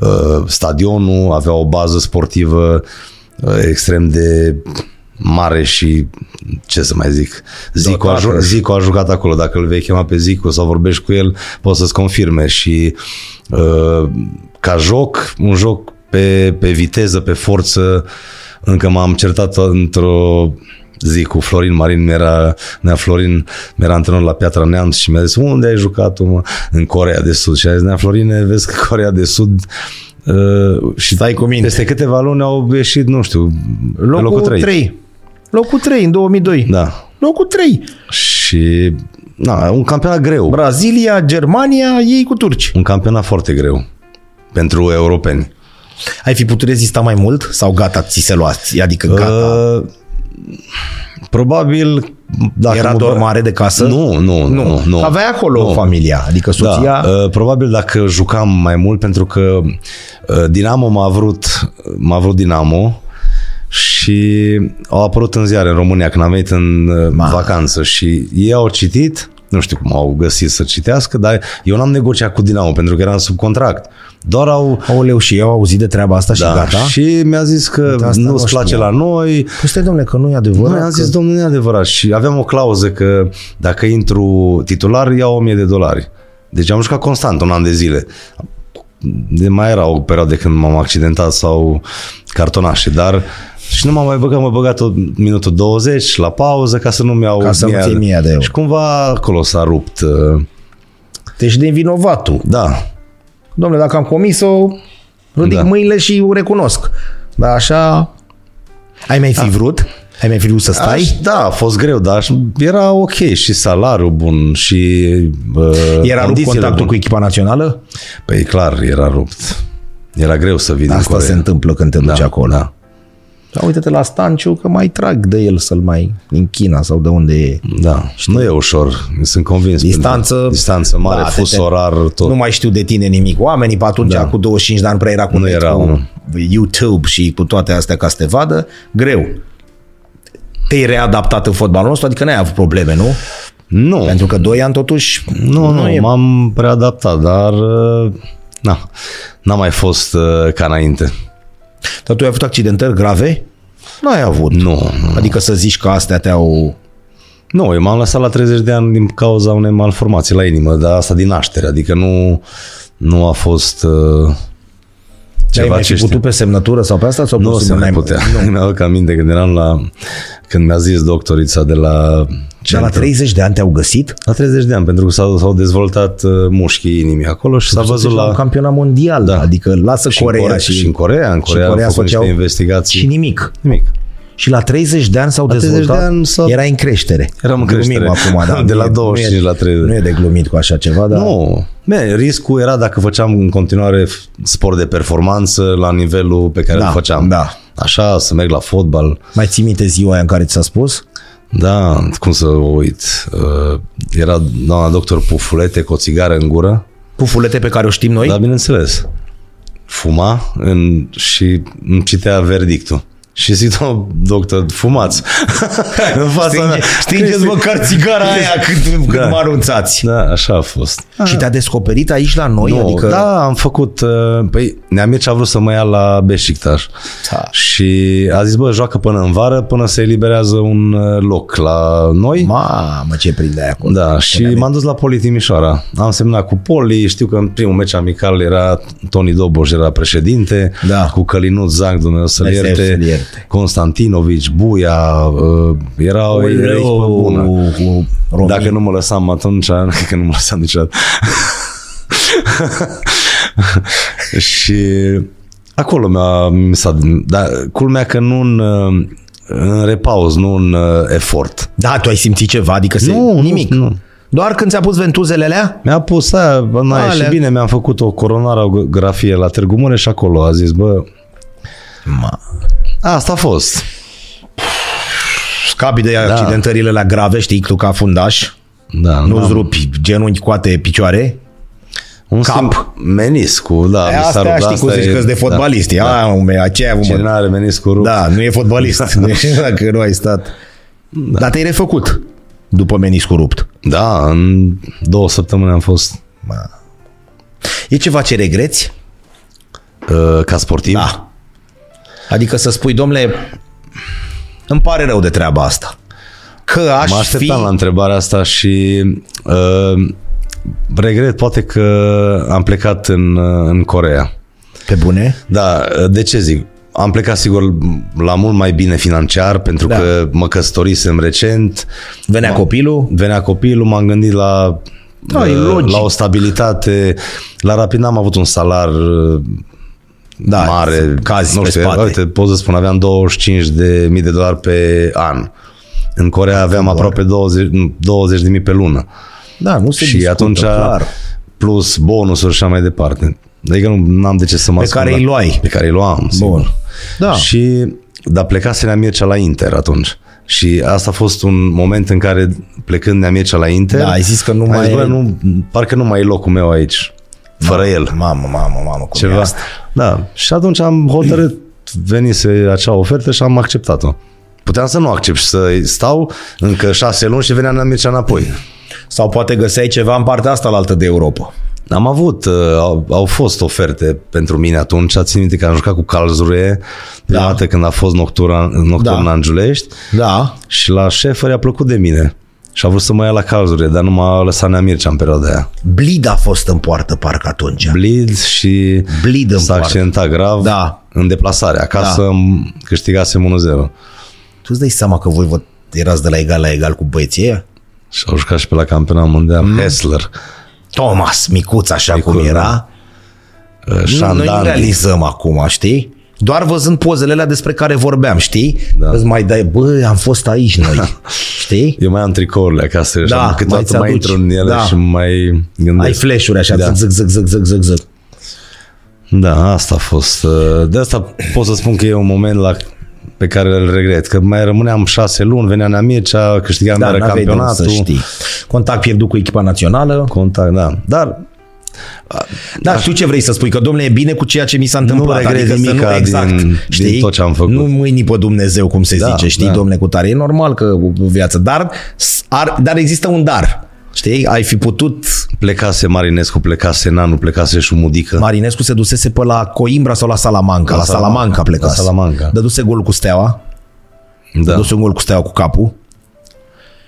B: Uh, Stadionul avea o bază sportivă uh, extrem de mare și ce să mai zic, Zico a, ju-
A: Dotată.
B: Zico a jucat acolo, dacă îl vei chema pe Zico sau vorbești cu el, poți să-ți confirme și uh, ca joc, un joc pe, pe viteză, pe forță, încă m-am certat într-o zi cu Florin Marin, mi-era, nea Florin mi-era antrenor la Piatra Neamț și mi-a zis, unde ai jucat tu, mă? În Corea de Sud. Și a zis, nea Florine, vezi că Corea de Sud uh, și
A: Stai cu minte.
B: peste câteva luni au ieșit, nu știu, pe
A: Locul,
B: locul 3.
A: 3. Locul 3 în 2002.
B: Da.
A: Locul 3.
B: Și na, un campionat greu.
A: Brazilia, Germania, ei cu turci.
B: Un campionat foarte greu pentru europeni.
A: Ai fi putut rezista mai mult sau gata, ți se luați? Adică gata.
B: Uh, probabil dacă
A: Era
B: mă-
A: doar mare de casă?
B: Nu, nu, nu. nu, nu.
A: Aveai acolo
B: Nu.
A: familia, adică soția.
B: Da, uh, probabil dacă jucam mai mult pentru că uh, Dinamo m-a vrut, m-a vrut Dinamo și au apărut în ziare în România când am venit în uh, vacanță și ei au citit, nu știu cum au găsit să citească, dar eu n-am negociat cu Dinamo pentru că eram sub contract. Doar au
A: Aoleu, și eu au auzit de treaba asta și
B: da,
A: gata.
B: și mi-a zis că
A: asta nu
B: nu-ți place la noi,
A: Păi stai, domnule, că nu e adevărat.
B: Noi am
A: că-
B: zis, domnule, nu e adevărat. Și aveam o clauză că dacă intru titular, iau 1000 de dolari. Deci am jucat constant un an de zile. De mai era o perioadă când m-am accidentat sau cartonașe, dar și nu m-am mai băgat, m-am băgat tot minutul 20 la pauză ca să nu-mi iau
A: Ca să nu ții 1000 de euro.
B: Și cumva acolo s-a rupt. uh,
A: Deci de vinovat tu.
B: Da,
A: Domnule, dacă am comis-o, ridic da.
B: Da.
A: mâinile și o recunosc. Dar așa... Ai mai fi vrut? Ai mai fi vrut să stai?
B: Ah. Aș, da, a fost greu, dar aș- era ok și salariul bun și uh,
A: Era rupt
B: condițiile
A: contactul
B: bune.
A: cu echipa națională?
B: Păi clar, era rupt. Era greu să vii din
A: Asta
B: Corea.
A: se întâmplă când te duci
B: Da,
A: acolo.
B: da.
A: Sau uite-te la Stanciu că mai trag de el să-l mai în China sau de unde e.
B: Da, Știi? nu e ușor, sunt convins.
A: Distanță-
B: Pentru- Distanță mare,
A: Da,
B: da, fus
A: te- te-
B: orar, tot.
A: Nu mai știu de tine nimic. Oamenii pe atunci, da. cu 25 de ani, prea era cu, net,
B: erau,
A: cu
B: nu.
A: YouTube și cu toate astea ca să te vadă. Greu. Te-ai readaptat în fotbalul nostru? Adică n-ai avut probleme, nu?
B: Nu,
A: Pentru că 2 ani totuși...
B: nu, nu,
A: e-
B: m-am preadaptat, dar uh, na, n-a mai fost uh, ca înainte.
A: Dar tu ai avut accidentări grave? N-ai avut.
B: Nu,
A: Adică să zici că astea te-au...
B: nu, eu m-am lăsat la 30 de ani din cauza unei malformații la inimă, dar asta din naștere, adică nu, nu a fost uh,
A: Ai
B: ceva
A: mai
B: ce
A: fi
B: știu.
A: putut pe semnătură sau pe asta? Sau
B: Nu
A: pur și
B: se
A: simplu
B: mai
A: n-ai-
B: putea. Nu. Mi-aduc aminte când eram la... Când mi-a zis doctorița de la...
A: Dar la 30 de ani te-au găsit?
B: La 30 de ani, pentru că s-au, s-au dezvoltat uh, mușchii inimii acolo și s-a văzut
A: Deci la un
B: la...
A: campionat mondial, da. adică lasă
B: Și în
A: Corea
B: Corea,
A: și,
B: și în Corea, în Corea,
A: Corea
B: au făcut
A: făceau-
B: niște investigații.
A: și nimic.
B: Nimic.
A: Și la 30 de ani s-au
B: 30 de
A: dezvoltat,
B: ani s-a-
A: era în creștere.
B: Eram în
A: Glumim
B: creștere.
A: acum, da.
B: De la
A: Nu e-
B: 25
A: nu e-
B: la 30.
A: Nu e de glumit cu așa ceva, dar...
B: Nu. Da. Bine, riscul era dacă făceam în continuare f- sport de performanță la nivelul pe care
A: Da,
B: îl făceam.
A: da.
B: Așa, să merg la fotbal.
A: Mai ții minte ziua aia în care ți s-a spus?
B: Da, cum să o uit. Uh, Era doamna doctor Pufulete cu o țigară în gură.
A: Cu fulete pe care o știm noi?
B: Da, bineînțeles. Fuma în, și îmi citea verdictul. Și zic, domnul doctor, fumați. în fața mea.
A: Stinge, stingeți
B: Cristi-
A: măcar țigara aia cât, cât
B: Da.
A: mă anunțați.
B: Da, așa a fost.
A: Și te-a descoperit aici la noi?
B: Nu,
A: adică...
B: da, am făcut... uh, Păi, Neamici a vrut să mă ia la Beşiktaș.
A: Da.
B: Și a zis, bă, joacă până în vară, până se eliberează un uh, loc la noi.
A: Mamă, ce prinde aia acolo.
B: Da, și m-am dus la Poli Timișoara. Am semnat cu Poli, știu că în primul meci amical era Toni Doboș, era președinte,
A: Da.
B: cu Călinuț Zac, Dumnezeu să-l
A: Dumnezeu
B: ierte,
A: să-l ierte.
B: Constantinovici, Buia, uh, era o era echipă bună.
A: Păi, Cu români.
B: Dacă nu mă lăsam atunci, cred că nu mă lăsam niciodată. și acolo mi-a, mi s-a, dar culmea că nu în, uh, în repauz, nu în uh, efort.
A: Da, tu ai simțit ceva, adică se...
B: Nu, nu,
A: nimic.
B: nu.
A: Doar când ți-a pus ventuzele alea?
B: Mi-a pus aia, bă, n-a
A: Alea.
B: ieșit bine, mi-am făcut o coronarografie la Târgu Mureș acolo. A zis, bă,
A: Ma.
B: asta a fost.
A: Scapi de
B: Da.
A: accidentările la grave, știi, tu ca fundaș,
B: Da,
A: nu-ți
B: n-am-
A: rupi genunchi, coate, picioare.
B: un
A: cap.
B: sim- Meniscul, da. mi
A: Aia,
B: s-a
A: astea
B: rupt,
A: știi
B: asta
A: cum zici
B: e-
A: că de
B: da.
A: fotbalist. Da, da. A, aceea
B: Cine
A: mă.
B: n-are meniscul rupt.
A: Da, nu e fotbalist. Nu e dacă nu ai stat. Da. Dar te-ai refăcut după meniscul rupt.
B: da, în două săptămâni am fost
A: Ma. E ceva ce regreți?
B: uh, ca sportiv.
A: Da. Adică să spui, domnule, îmi pare rău de treaba asta. Că aș
B: Mă așteptam
A: fi...
B: la întrebarea asta și uh, regret poate că am plecat în, uh, în Corea.
A: Pe bune?
B: Da, de ce zic? Am plecat sigur la mult mai bine financiar pentru
A: Da.
B: da. că mă căsătorisem recent,
A: Venea
B: Ma-
A: copilul?
B: venea copilul, m-am gândit la
A: Da, e
B: uh,
A: logic.
B: la o stabilitate. La Rapid am avut un salar uh,
A: Da,
B: mare,
A: cazi
B: nu
A: pe
B: știu,
A: spate.
B: uite, pot să spun, aveam 25 de mii de dolari pe an. În Corea aveam aproape 20, nu, 20 de mii pe lună.
A: Da, nu se
B: și
A: discută,
B: atunci
A: clar.
B: plus bonusuri și așa mai departe. Adică nu am de ce să mă
A: Pe
B: ascund,
A: care îi
B: da.
A: luai.
B: Pe care îi luam, sigur.
A: Bun. Da. Și...
B: Și, dar plecase Nea Mircea la Inter atunci. Și asta a fost un moment în care, plecând Nea Mircea la Inter,
A: Da, ai zis că nu
B: am
A: mai
B: zis,
A: e-
B: bă, nu, parcă nu mai e locul meu aici, fără el.
A: Mamă, mamă, mamă, cum Ceva. e
B: Ceva.
A: asta?
B: Da. Și atunci am hotărât, venise acea ofertă și am acceptat-o. Puteam să nu accept și să stau încă șase luni și venea Nea Mircea înapoi.
A: Sau poate găseai ceva în partea asta la altă de Europa.
B: Am avut, uh, au, au fost oferte pentru mine atunci, țin minte că am jucat cu Calzure prima
A: Da.
B: dată când a fost nocturna, nocturna
A: Da.
B: da. în Giulești
A: Da.
B: Și la Șefer i-a plăcut de mine. Și a vrut să mă ia la calzure, dar nu m-a lăsat Nea Mircea în perioada aia.
A: Blid a fost în poartă parcă atunci.
B: Bleed și
A: Bleed în
B: s-a
A: poartă.
B: accidentat grav
A: Da.
B: în deplasare. Acasă
A: Da.
B: da. câștigasem 1-0.
A: Tu îți dai seama că voi vă erați de la egal la egal cu băieții ăia?
B: Și au jucat și pe la campionat mondial
A: Mhm.
B: mm. Hessler,
A: Thomas, micuț așa Micuț, cum
B: Micuț,
A: era.
B: da.
A: Nu, noi nu
B: Șandan.
A: realizăm acum, știi? Doar văzând pozele alea despre care vorbeam, știi? Da.
B: Da.
A: Îți mai dai, bă, am fost aici noi, știi?
B: Eu mai am tricourile acasă
A: Da,
B: da, și câteodată
A: mai
B: mai, mai
A: ți-aduci.
B: intru în ele
A: Da.
B: da. și mai gândesc.
A: Ai flash-uri așa, da.
B: Da.
A: zic, zic, zic, zic, zic, zic.
B: Da, asta a fost. uh, De asta pot să spun că e un moment la pe care îl regret. Că mai rămâneam șase luni, venea Nea Mircea, câștigam
A: Da,
B: iară
A: n-aveai de unde
B: campionatul.
A: să știi. Contact pierdut cu echipa națională.
B: Contact, da. Dar
A: Da, știu ce vrei să spui, că domnule, e bine cu ceea ce mi s-a întâmplat.
B: regret
A: adică să nu,
B: nimica
A: exact,
B: din- din
A: știi?
B: tot ce am făcut.
A: Nu mâini pe Dumnezeu, cum se
B: Da,
A: zice, știi,
B: da.
A: domnule, cu tare. E normal că cu viață, dar, s- ar, dar există un dar. Știi, ai fi putut,
B: plecase Marinescu, plecase Nanu, plecase Șumudică.
A: Marinescu se dusese pe la Coimbra sau la Salamanca, la,
B: La
A: la Salamanca, Salamanca
B: Salamanca,
A: pleca.
B: la Salamanca.
A: Dăduse gol cu steaua,
B: da.
A: da. dus un gol cu steaua cu capul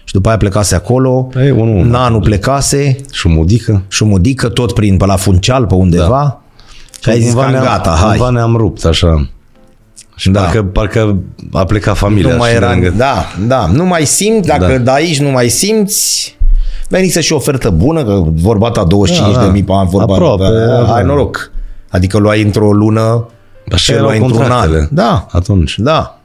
A: și după aia plecase acolo,
B: Ei, Da, unul, unul.
A: Nanu plecase,
B: Șumudică.
A: Șumudică tot prin pe la Funceal, pe undeva și ai zis că
B: Da. Cumva ne-am-
A: gata, hai.
B: Cumva ne-am rupt, așa. Și
A: Da.
B: da. parcă, parcă a plecat familia.
A: Nu mai
B: și
A: era,
B: ne-am gândit.
A: da, da, nu mai simți, dacă da.
B: Da.
A: de aici nu mai simți, venise și o ofertă bună, că vorba ta 25
B: Da, da.
A: de mii pe an, vorba
B: Aproape,
A: da,
B: da.
A: ai noroc. Adică luai într-o lună
B: Așa
A: și
B: erau
A: luai într-un an.
B: contractele.
A: Da,
B: Atunci.
A: da.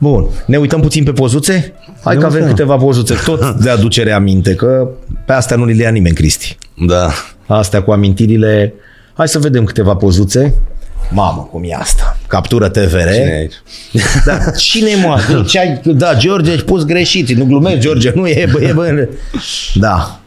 A: Bun. Ne uităm puțin pe pozuțe? Hai
B: Ne
A: că avem
B: uităm.
A: câteva pozuțe tot de aducere aminte, că pe astea nu le ia nimeni, Cristi.
B: Da.
A: Astea cu amintirile. Hai să vedem câteva pozuțe. Mamă, cum e asta? Captură TVR.
B: Cine e aici?
A: Da. Cine mă? De Ce ai, da, George, ai pus greșit. Nu glumesc, George, nu e, bă, e, bă. Da.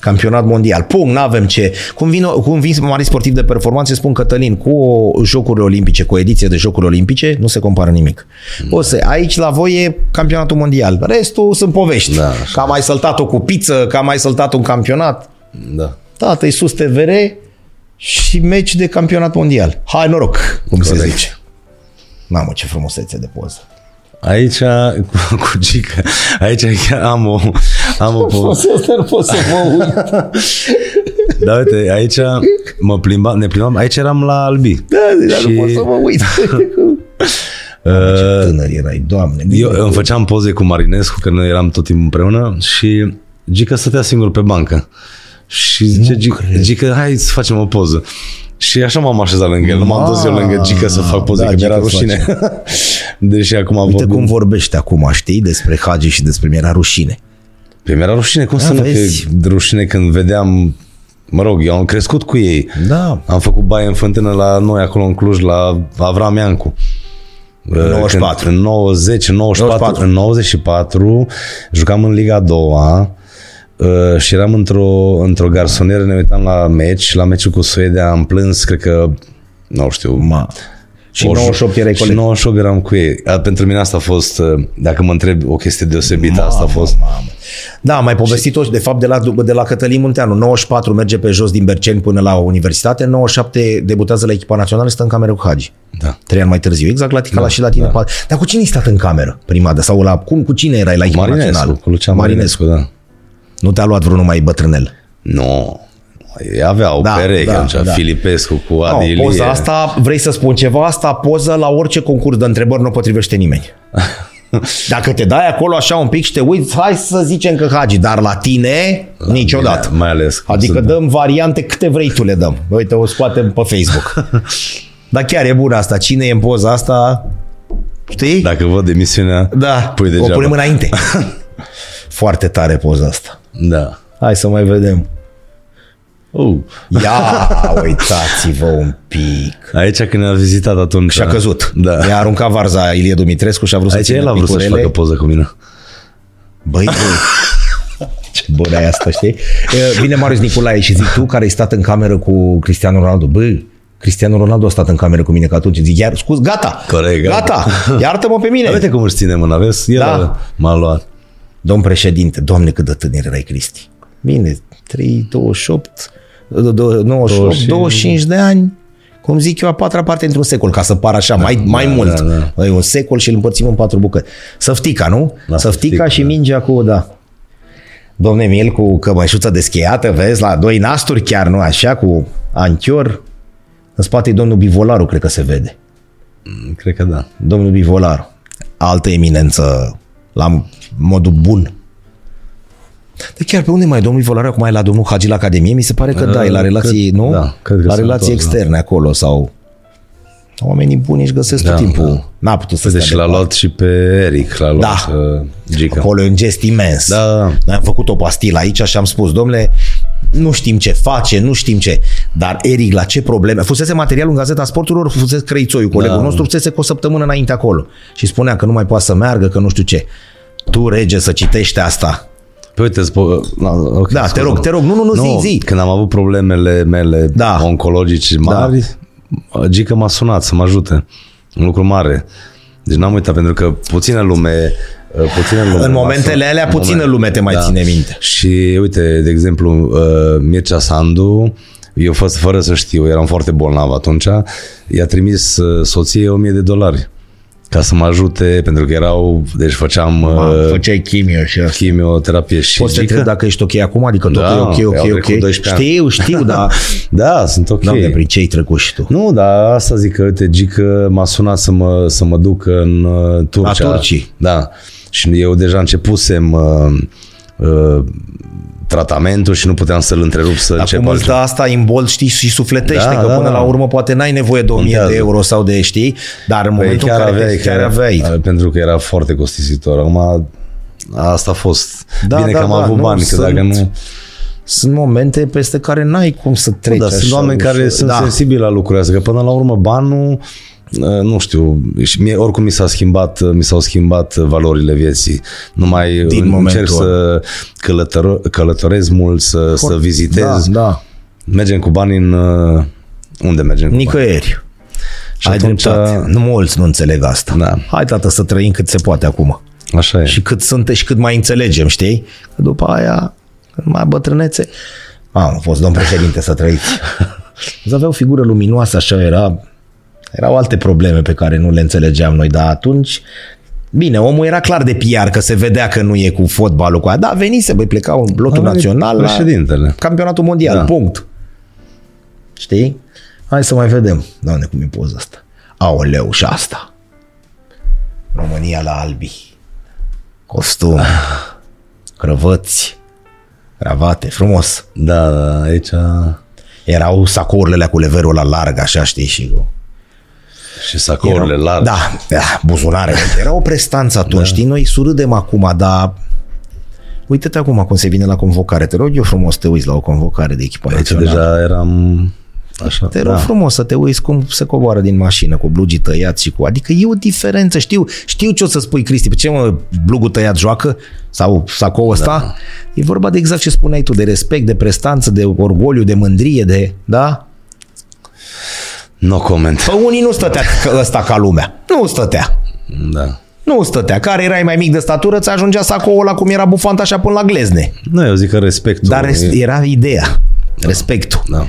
A: Campionat mondial. Pum, n-avem ce. Cum vin, cum vin mari sportivi de performanțe, spun Cătălin, cu o- jocurile olimpice, cu o ediție de jocuri olimpice, nu se compară nimic. O să, aici la voi e campionatul mondial. Restul sunt povești.
B: Da,
A: că am mai săltat o cupiță, că am mai săltat un campionat.
B: Da.
A: Tată, e sus TVR și meci de campionat mondial. Hai noroc, cum se
B: Corect.
A: zice. Mamă, ce frumusețe de poză.
B: Aici, cu, cu Gica, aici chiar am o, am o poveste.
A: Asta nu pot să mă uit.
B: Da, uite, aici mă plimbam, ne plimbam, aici eram la Albi.
A: Da, dar
B: Și-
A: nu pot să mă uit.
B: Uh,
A: Tânăr erai, doamne.
B: Eu îmi făceam poze cu Marinescu, că noi eram tot timpul împreună și Gica stătea singur pe bancă. Și zice Gica, Gica, hai să facem o poză. Și așa m-am așezat lângă el, nu m-am dus eu lângă Gica să fac poze,
A: Da,
B: da, că mi-era
A: Gica îți
B: rușine. Deși acum Uite
A: Uite
B: vorbim.
A: cum
B: Cum...
A: vorbește acum, știi, despre Hagi și despre mi-era rușine.
B: Pe Păi mi-era rușine, cum să nu
A: Da, vezi.
B: fie rușine când vedeam, mă rog, eu am crescut cu ei.
A: Da.
B: Am făcut baie în fântână la noi, acolo în Cluj, la Avram Iancu. Uh,
A: 94.
B: Când, în 90, 94,
A: 94.
B: În 94 jucam în Liga a doua uh, și eram într-o, într-o garsonieră, ne uitam la meci, la meciul cu Suedia, am plâns, cred că, nu știu,
A: Ma. Și
B: o-
A: 98 erai
B: Și
A: coleg.
B: 98 eram cu ei. A, Pentru mine asta a fost, uh, dacă mă întreb, o chestie deosebită, asta a fost.
A: Mamă. Da, am mai povestit-o, de fapt, de la, de la Cătălin Munteanu. 94 merge pe jos din Berceni până la universitate, 97 debutează la echipa națională, stă în cameră cu Hagi.
B: Da.
A: Trei ani mai târziu, exact la Ticala da, și la tine. Da. Dar cu cine ai stat în cameră prima dată? Sau la, cum, cu cine erai la echipa
B: Marinescu,
A: națională?
B: cu Lucian Marinescu, da.
A: Nu te-a luat vreunul mai bătrânel.
B: Nu, ei aveau
A: Da,
B: da, pereche
A: da,
B: da, atunci,
A: da.
B: da. Filipescu cu Adi
A: No,
B: Ilie.
A: poza asta, vrei să spun ceva, asta poză la orice concurs de întrebări nu o potrivește nimeni. Dacă te dai acolo așa un pic și te uiți, hai să zicem că Hagi, dar la tine la niciodată.
B: Mai ales. cum
A: Adică
B: sunt-
A: dăm variante câte vrei tu le dăm. Uite, o scoatem pe Facebook. Dar chiar e bună asta. Cine e în poza asta? Știi?
B: Dacă văd emisiunea,
A: da.
B: pui
A: o
B: degeaba.
A: punem înainte. Foarte tare poza asta.
B: Da.
A: Hai să mai vedem.
B: Uh.
A: Ia, uitați-vă un pic.
B: Aici când ne-a vizitat atunci...
A: Și a căzut.
B: Da.
A: I-a aruncat varza Ilie Dumitrescu și a vrut
B: Aici
A: să țină
B: el a vrut să-și
A: picurele.
B: facă poză cu mine.
A: Băi, băi. Ce bună e asta, știi? E, Vine Marius Nicolae și zic, tu care ai stat în cameră cu Cristiano Ronaldo, bă, Cristiano Ronaldo a stat în cameră cu mine, că atunci zic, iar, scuz, gata,
B: Corect,
A: gata, iartă-mă pe mine.
B: Dar uite cum își ține mâna, vezi? El
A: Da.
B: da. m-a luat.
A: Domn președinte, doamne cât de tânăr erai Cristi. Bine, 3, 28, do- do- 98,
B: 25.
A: 25 de ani, cum zic eu, a patra parte într-un secol, ca să pară așa, mai, mai
B: da,
A: mult.
B: da, da.
A: Băi, un secol și îl împărțim în patru bucăți. Săftica, nu?
B: Da,
A: Săftica
B: săftica,
A: și
B: da.
A: mingea cu, da. Domne Mil cu cămășuță descheiată, vezi, la doi nasturi chiar, nu așa, cu anchior. În spate e domnul Bivolaru, cred că se vede
B: Mm, Cred că da.
A: domnul Bivolaru, altă eminență la modul bun. Dar chiar pe unde mai e domnul Bivolaru acum e la domnul Hagi la Academie? Mi se pare că
B: Uh,
A: da, e la
B: cred-
A: relații, nu?
B: da, cred că
A: la
B: sunt
A: relații
B: toți, da.
A: externe acolo sau... Oamenii buni își găsesc
B: Da,
A: tot timpul.
B: da.
A: N-a putut să
B: Uite,
A: stea
B: și
A: de-
B: l-a luat și pe Eric, l-a luat
A: Da.
B: uh, Gica.
A: Acolo e un gest imens.
B: Da.
A: Noi am făcut o pastilă aici și am spus, domnule, nu știm ce face, nu știm ce. Dar Eric, la ce probleme? Fusese materialul în Gazeta Sporturilor, fusese Crăițoiu, colegul
B: Da.
A: nostru, fusese cu o săptămână înainte acolo. Și spunea că nu mai poate să meargă, că nu știu ce. Tu, rege, să citești asta.
B: Păi uite, spo- da, okay,
A: Da, te
B: scuze-mă.
A: rog, te rog. Nu, nu, nu, zi, zi.
B: Când am avut problemele mele
A: Da.
B: oncologice mari, da. Gică m-a sunat să mă ajute. Un lucru mare. Deci n-am uitat, pentru că puțină lume... uh, Puțină lume
A: În
B: m-a
A: momentele
B: sunat.
A: alea,
B: În
A: puțină
B: momente- Da.
A: lume te mai ține minte.
B: Și uite, de exemplu, uh, Mircea Sandu, eu fost fără să știu, eram foarte bolnav atunci, i-a trimis uh, soției 1000 de dolari ca să mă ajute, pentru că erau, deci făceam uh,
A: Făceai chimio și asta.
B: chimioterapie și
A: Poți să te
B: Gică-
A: întreb dacă ești ok acum? Adică totul
B: Da,
A: e ok,
B: au
A: ok,
B: trecut
A: ok.
B: 12 ani.
A: Știu, știu, dar...
B: Da, sunt ok.
A: Doamne, prin ce ai trecut și tu?
B: Nu, dar asta zic că, uite, Gică m-a sunat să mă, să mă duc în uh, Turcia.
A: La turcii.
B: Da. Și eu deja începusem uh, uh, tratamentul și nu puteam să-l întrerup să încep
A: Acum îți
B: altceva.
A: dă asta în bol, știi, și sufletește,
B: Da,
A: că
B: da,
A: până
B: da.
A: la urmă poate n-ai nevoie de 1000 de
B: Contează. Păi
A: euro sau de, știi, dar în momentul în care aveai, chiar aveai.
B: Pentru că era foarte costisitor. Acum, asta a fost.
A: Da,
B: Bine
A: da,
B: că am
A: da,
B: avut
A: nu,
B: bani, că
A: sunt-
B: dacă nu...
A: Sunt momente peste care n-ai cum să treci
B: Da,
A: așa,
B: sunt oameni
A: ușor.
B: care sunt
A: da.
B: sensibili la lucrurile astea, că până la urmă banul, uh, nu știu, și mie, oricum mi, s-a schimbat, uh, mi s-au schimbat uh, valorile vieții. Nu mai
A: Din
B: în-
A: momentul
B: încerc să călător- călătorez mult, să, să
A: Da,
B: vizitez.
A: da.
B: Mergem cu bani în... uh, Unde mergem cu bani?
A: Nicăieri.
B: Și
A: Ai
B: atunci-
A: dreptate. Nu mulți nu înțeleg asta.
B: Da.
A: Hai, tată, să trăim cât se poate acum.
B: Așa e.
A: Și cât suntem și cât mai înțelegem, știi? Că după aia, când mai bătrânețe... Am a fost domn președinte să trăiți. Îți avea o figură luminoasă, așa era... Erau alte probleme pe care nu le înțelegeam noi, dar atunci... Bine, omul era clar de PR, că se vedea că nu e cu fotbalul cu aia. Da, venise, băi, pleca un lotul
B: A venit
A: național la
B: Președintele.
A: campionatul mondial, da.
B: Da.
A: punct. Știi? Hai să mai vedem. Doamne, cum e poza asta. Aoleu, și asta. România la albi. Costum. Crăvăți. Cravate, frumos.
B: Da, da, aici...
A: Erau sacourile alea cu leverul la larg, așa știi și cu...
B: Și sacourile
A: Erau-
B: largi.
A: Da, da, buzunare. Era o prestanță atunci, da. știi? Noi surâdem acum, dar uite-te acum cum se vine la convocare. Te rog eu frumos, te uiți la o convocare de echipa
B: Aici
A: națională.
B: deja eram... Așa,
A: Te rog da.
B: da.
A: frumos să te uiți cum se coboară din mașină cu blugii tăiați și cu... Adică e o diferență. Știu, știu ce o să spui, Cristi. Pe ce mă, blugul tăiat joacă? Sau sacoul ăsta? Da. E vorba de exact ce spuneai tu, de respect, de prestanță, de orgoliu, de mândrie, de... Da?
B: No comment.
A: Pe unii nu stătea ca- ăsta ca lumea. Nu stătea.
B: Da.
A: Nu stătea. Care erai mai mic de statură, ți ajungea sacoul ăla cum era bufanta așa până la glezne.
B: Nu, eu zic că respectul...
A: Dar
B: e-
A: rest- era ideea. Respectul.
B: Da.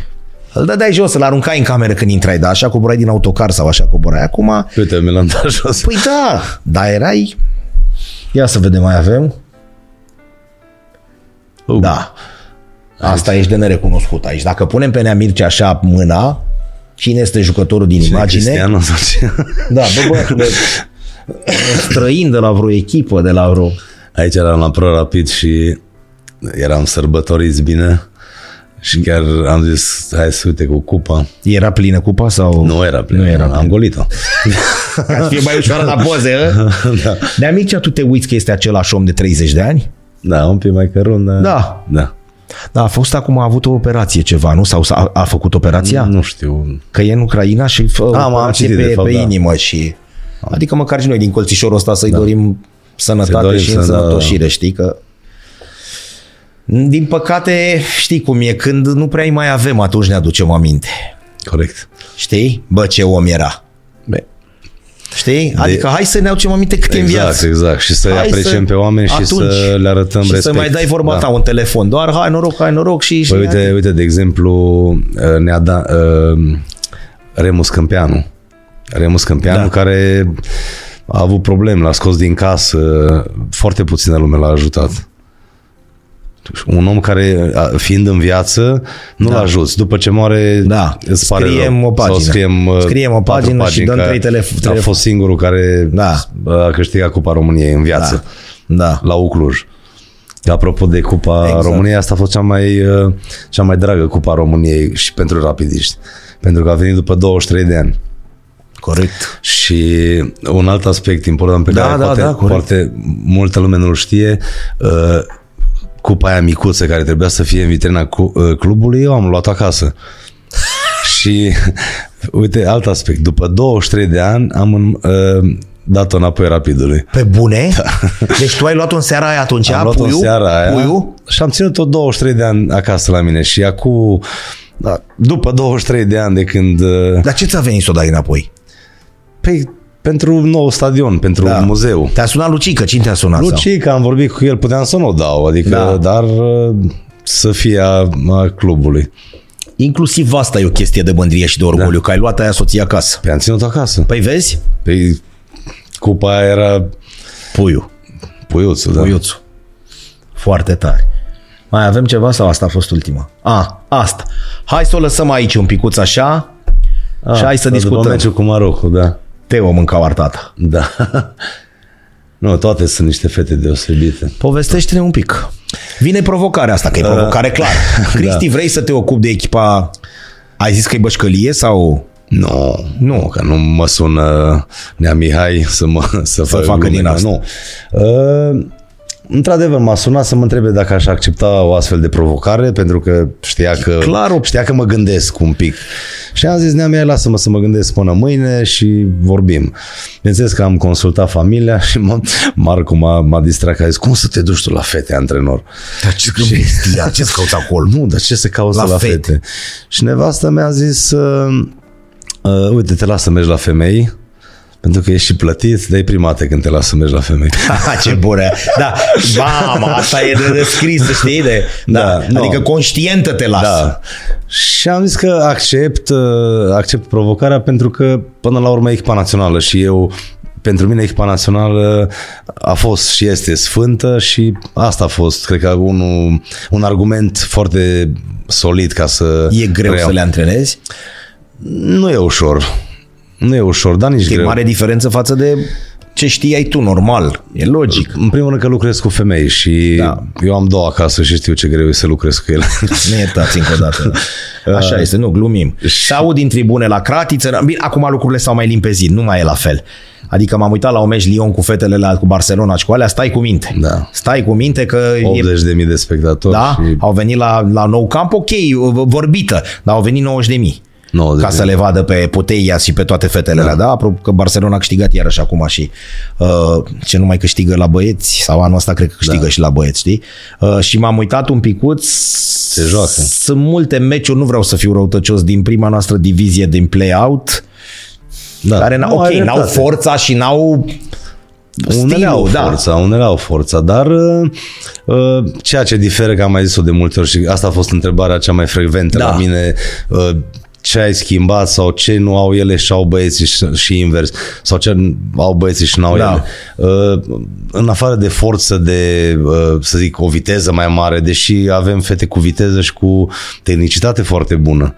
A: Îl dădeai jos, îl aruncai în cameră când intrai, dar așa coborai din autocar sau așa coborai. Acum
B: Uite, mi l-am dat jos.
A: Păi da, dar erai... Ia să vedem, mai avem?
B: Uh,
A: Da. Asta ești de nerecunoscut aici. Dacă punem pe Nea Mircea așa mâna, cine este jucătorul din
B: cine e
A: imagine?
B: Cristiano sau ce?
A: Da, bă, bă, bă, străin de la vreo echipă, de la vreo...
B: Aici eram la Pro Rapid și eram sărbătoriți bine și chiar am zis, hai să uite cu cupa.
A: Era plină cupa sau...
B: Nu era plină,
A: Nu era
B: am
A: plină.
B: golit-o.
A: Ca să fie mai ușoară la poze, ă?
B: da.
A: Nea Mircea, tu te uiți că este același om de 30 de ani?
B: da, un pic mai cărun, dar...
A: Da.
B: da.
A: Da, a fost acum, a avut o operație ceva, nu? Sau s-a- a, a făcut operația?
B: Nu știu.
A: că e în Ucraina și fă
B: Am- am
A: operație
B: citit,
A: pe,
B: de fapt,
A: pe
B: da.
A: inimă și adică măcar și noi din colțișorul ăsta să-i da. dorim sănătate
B: Să-i dorim da.
A: și
B: să-
A: însănătoșire, știi că din păcate, știi cum e, când nu prea îi mai avem, atunci ne aducem aminte.
B: Corect.
A: Știi? Bă, ce om era.
B: Bă,
A: Știi? Adică hai să ne aducem aminte cât e în
B: Exact,
A: viață.
B: exact. Și să-i
A: Hai
B: apreciem pe oameni și să le arătăm
A: și
B: respect.
A: să mai dai vorba
B: da.
A: ta un telefon. Doar hai noroc, hai noroc și... și
B: Păi uite, uite, de exemplu, ne-a dat uh, Remus Câmpeanu. Remus Câmpeanu
A: Da.
B: da. care a avut probleme, l-a scos din casă, foarte puțină lume l-a ajutat. Un om care, a- fiind în viață, nu l-a ajuți. După ce moare,
A: Da.
B: îți pare
A: Scriem
B: rău.
A: o pagină.
B: Sau scriem, uh,
A: Scriem o
B: patru
A: pagină și
B: pagini,
A: dăm
B: că
A: trei telef-
B: A
A: telefon.
B: fost singurul care
A: Da.
B: a câștigat Cupa României în viață
A: Da. da.
B: la Ucluj. Apropo de Cupa
A: Exact.
B: exact. României, asta a fost cea mai, uh, cea mai dragă Cupa României și pentru rapidiști. Pentru că a venit după 23 de ani.
A: Corect.
B: Și un alt aspect important pe
A: Da,
B: care
A: da,
B: poate,
A: da, corect.
B: poate multă lume nu-l știe, uh, cupa aia micuță care trebuia să fie în vitrina cu, uh, clubului, eu am luat acasă. și uite, alt aspect. După 23 de ani am în, uh, dat-o înapoi rapidului.
A: Pe bune? Da. Deci tu ai luat-o în seara aia atunci?
B: Am luat-o
A: Da, puiu?
B: în seara aia
A: Puiu?
B: și am ținut-o 23 de ani acasă la mine și acum, da, după 23 de ani de când... uh,
A: Dar ce ți-a venit să o dai înapoi?
B: Păi, pentru un nou stadion, pentru da. un muzeu.
A: Te-a sunat Lucica? Cine te-a sunat? Sau?
B: Luci, că am vorbit cu el, puteam să nu o dau, adică,
A: Da.
B: da. dar uh, să fie a, a clubului.
A: Inclusiv asta e o chestie de mândrie și de orgoliu, da. că ai luat aia soția acasă.
B: Păi am ținut acasă.
A: Păi vezi?
B: Păi, cupa aia era
A: Puiu.
B: puiuțul, da.
A: Puiuțul. Foarte tare. Mai avem ceva sau asta a fost ultima? A, asta. Hai să o lăsăm aici un picuț așa a, și hai să
B: da, După
A: discutăm.
B: meciul cu Marocul, da.
A: Teo mâncau artata.
B: Da. nu, toate sunt niște fete deosebite.
A: Povestește-ne un pic. Vine provocarea asta, că
B: Da.
A: e provocare clar. Cristi, vrei să te ocupi de echipa... Ai zis că e bășcălie sau...
B: Nu, nu, că nu mă sună Nea Mihai să, mă, să, să
A: facă din asta.
B: Nu. Uh, într-adevăr, m-a sunat să mă întrebe dacă aș accepta o astfel de provocare, pentru că știa că,
A: clar o-
B: știa că mă gândesc un pic. Și am zis, Nea Mihai, lasă-mă să mă gândesc până mâine și vorbim. Bineînțeles că am consultat familia și m-a, Marcu m-a, m-a distrat că a zis, cum să te duci tu la fete, antrenor?
A: Dar ce ce da, cauți acolo?
B: Nu, dar ce se caută
A: La
B: la, la
A: fete.
B: fete? fete? Și nevastă mi-a zis, uh, uh, uite, te las să mergi la femei, pentru că ești și plătit, dar e prima dată când te las să mergi la femei.
A: Ha, ce bună! Da, mama, asta e de descris, știi? De, da,
B: Da,
A: da,
B: nu.
A: adică conștientă te lasă.
B: Da. Și am zis că accept, uh, accept provocarea pentru că până la urmă e echipa națională și eu pentru mine echipa națională a fost și este sfântă și asta a fost, cred că, unul, un argument foarte solid ca să...
A: E greu
B: reiau.
A: să le antrenezi.
B: Nu e ușor. Nu e ușor, dar nici
A: E
B: greu.
A: mare diferență față de ce știai tu, normal. E logic.
B: În primul rând că lucrez cu femei și
A: Da.
B: da. eu am două acasă și știu ce greu e să lucrez cu ele.
A: Ne iertați încă o dată. da. Așa este, nu, glumim. Și aud din tribune la cratiță. Bine, acum lucrurile s-au mai limpezit, nu mai e la fel. Adică m-am uitat la un meci Lyon cu fetele la, cu Barcelona și cu alea, stai cu minte.
B: Da.
A: Stai cu minte că e
B: 80.000 de spectatori
A: Da?
B: și
A: Au venit la, la nou camp, ok, vorbită, dar au venit 90 de mii.
B: 90.000.
A: Ca să le vadă pe Puteia și pe toate fetele da. da? Apropo că Barcelona a câștigat iarăși acum și uh, ce nu mai câștigă la băieți, sau anul ăsta cred că câștigă da. și la băieți, știi? Uh, și m-am uitat un picuț. Se
B: joacă.
A: Sunt multe meciuri, nu vreau să fiu răutăcios, din prima noastră divizie din play-out,
B: da.
A: da. care, n-au, ok,
B: ai
A: n-au
B: dreptate.
A: forța și n-au
B: Unele
A: stilul,
B: au
A: da.
B: forța, unele au forța, dar uh, uh, ceea ce diferă, că am mai zis-o de multe ori și asta a fost întrebarea cea mai frecventă
A: Da.
B: la mine, uh, ce ai schimbat sau ce nu au ele și au băieții și, și invers, sau ce au băieții și nu au
A: Da.
B: da. ele. Uh, În afară de forță, de, uh, să zic, o viteză mai mare, deși avem fete cu viteză și cu tehnicitate foarte bună.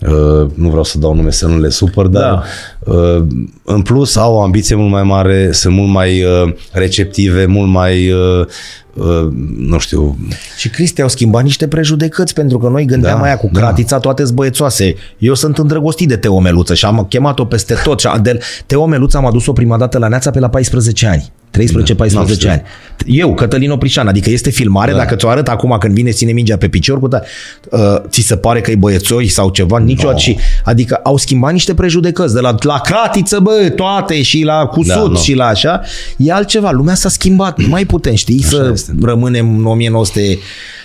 B: Uh, nu vreau să dau nume să nu le supăr, dar uh, în plus au o ambiție mult mai mare, sunt mult mai uh, receptive, mult mai, uh, uh, nu știu,
A: Și Cristi, au schimbat niște prejudecăți, pentru că noi gândeam da,
B: Da,
A: aia cu
B: da.
A: cratița, da. toate zbăiețoase. Eu sunt îndrăgostit de Teo Meluță și am chemat-o peste tot. Și a- de, Teo Meluță am adus-o prima dată la Neața pe la 14 ani. 13-14
B: n-am știut.
A: ani. Eu, Cătălin Oprișan, adică este filmare, da. dacă ți-o arăt acum când vine, ține mingea pe picior, cu ta, uh, ți se pare că e băiețoi sau ceva, niciodată. No. Și, adică au schimbat niște prejudecăți, de la, la cratiță, bă, toate și la cusut
B: Da,
A: da,
B: nu.
A: no. și la așa. E altceva, lumea s-a schimbat, nu mai putem, știi, Așa să este.
B: este.
A: rămânem în 1900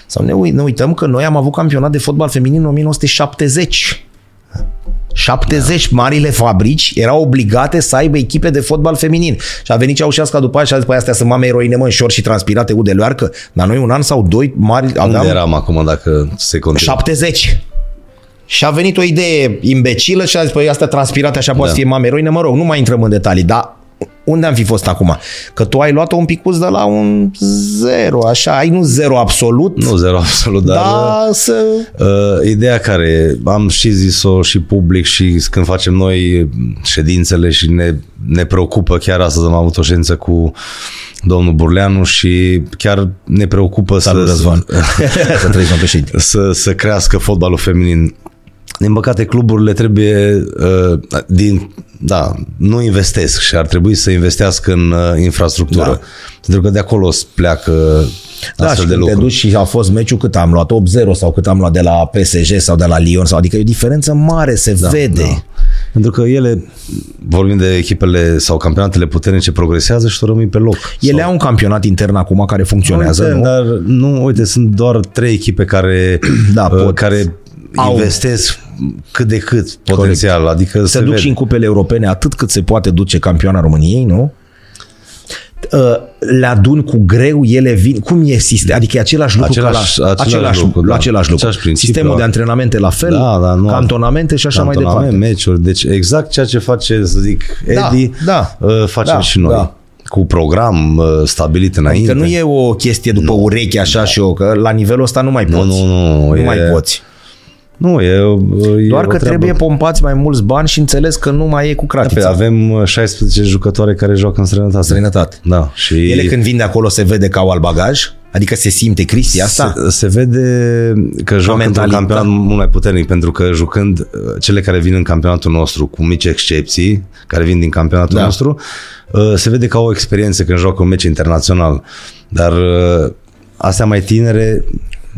A: sau ne, ui- ne uităm că noi am avut campionat de fotbal feminin în 1970. 70 da. marile fabrici erau obligate să aibă echipe de fotbal feminin. Și a venit Ceaușescu după aia și a zis, păi astea sunt mame eroine, mă, în șor și transpirate, ude leoarcă. Dar noi un an sau doi mari
B: unde
A: aveam
B: eram acum dacă se continuă?
A: 70. Și a venit o idee imbecilă și a zis, păi astea transpirate așa poate
B: Da.
A: să fie mame eroine, mă rog, nu mai intrăm în detalii, dar unde am fi fost acum? Că tu ai luat-o un picuț de la un zero, așa, ai nu zero absolut,
B: Nu, zero absolut, dar...
A: dar să...
B: Uh, ideea care am și zis-o și public și când facem noi ședințele și ne, ne preocupă, chiar astăzi am avut o ședință cu domnul Burleanu și chiar ne preocupă
A: Salut,
B: să,
A: Răzvan. să trăiești, domn președinte.
B: să, să crească fotbalul feminin. Din păcate, cluburile trebuie, uh, din, da, nu investesc și ar trebui să investească în uh, infrastructură.
A: Da.
B: Da. Pentru că de acolo s- pleacă
A: Da,
B: astfel
A: și când
B: de
A: te
B: lucruri.
A: duci și a fost meciul cât am luat, 8-0 sau cât am luat de la PSG sau de la Lyon, sau, adică e o diferență mare, se da, vede. Da.
B: Pentru că ele, vorbim de echipele sau campionatele puternice, progresează și tu rămâi pe loc.
A: Ele au un campionat intern acum care funcționează, nu?
B: Dar nu, uite, sunt doar trei echipe care,
A: Da,
B: da,
A: pot.
B: pot. care
A: Au.
B: investesc cât de cât potențial. Adică
A: se,
B: se,
A: se duc
B: vede.
A: și în cupele europene atât cât se poate duce campioana României, nu? Uh, Le adun cu greu, ele vin. Cum e sistem? Adică e același lucru
B: Același-
A: ca la,
B: același lucru, da.
A: același lucru.
B: Același principiu,
A: Sistemul
B: da.
A: de antrenamente la fel,
B: Da, da, nu.
A: cantonamente și așa mai
B: Cantonament,
A: departe.
B: meciuri. Deci exact ceea ce face, să zic,
A: Da,
B: Edi,
A: da.
B: uh, facem
A: Da,
B: și noi.
A: da.
B: Cu program uh, stabilit înainte.
A: Că nu e o chestie după ureche așa și o, că la nivelul ăsta nu mai poți.
B: nu, nu,
A: nu
B: e-
A: mai poți.
B: nu, e, uh, e
A: Doar
B: o
A: că
B: treabă.
A: trebuie pompați mai mulți bani și înțeles că nu mai e cu
B: Pe-
A: cratița.
B: Avem uh, 16 jucătoare care joacă în străinătate.
A: Străinătate.
B: Da, și
A: Ele când vin de acolo se vede că au al bagaj. Adică se simte Cristi asta?
B: Se, se vede că joacă într-un
A: Da. mentalitate.
B: campionat mult mai puternic, pentru că jucând uh, cele care vin în campionatul nostru, cu mici excepții, care vin din campionatul
A: Da.
B: da. nostru, uh, se vede că au o experiență când joacă un meci internațional. Dar uh, astea mai tinere,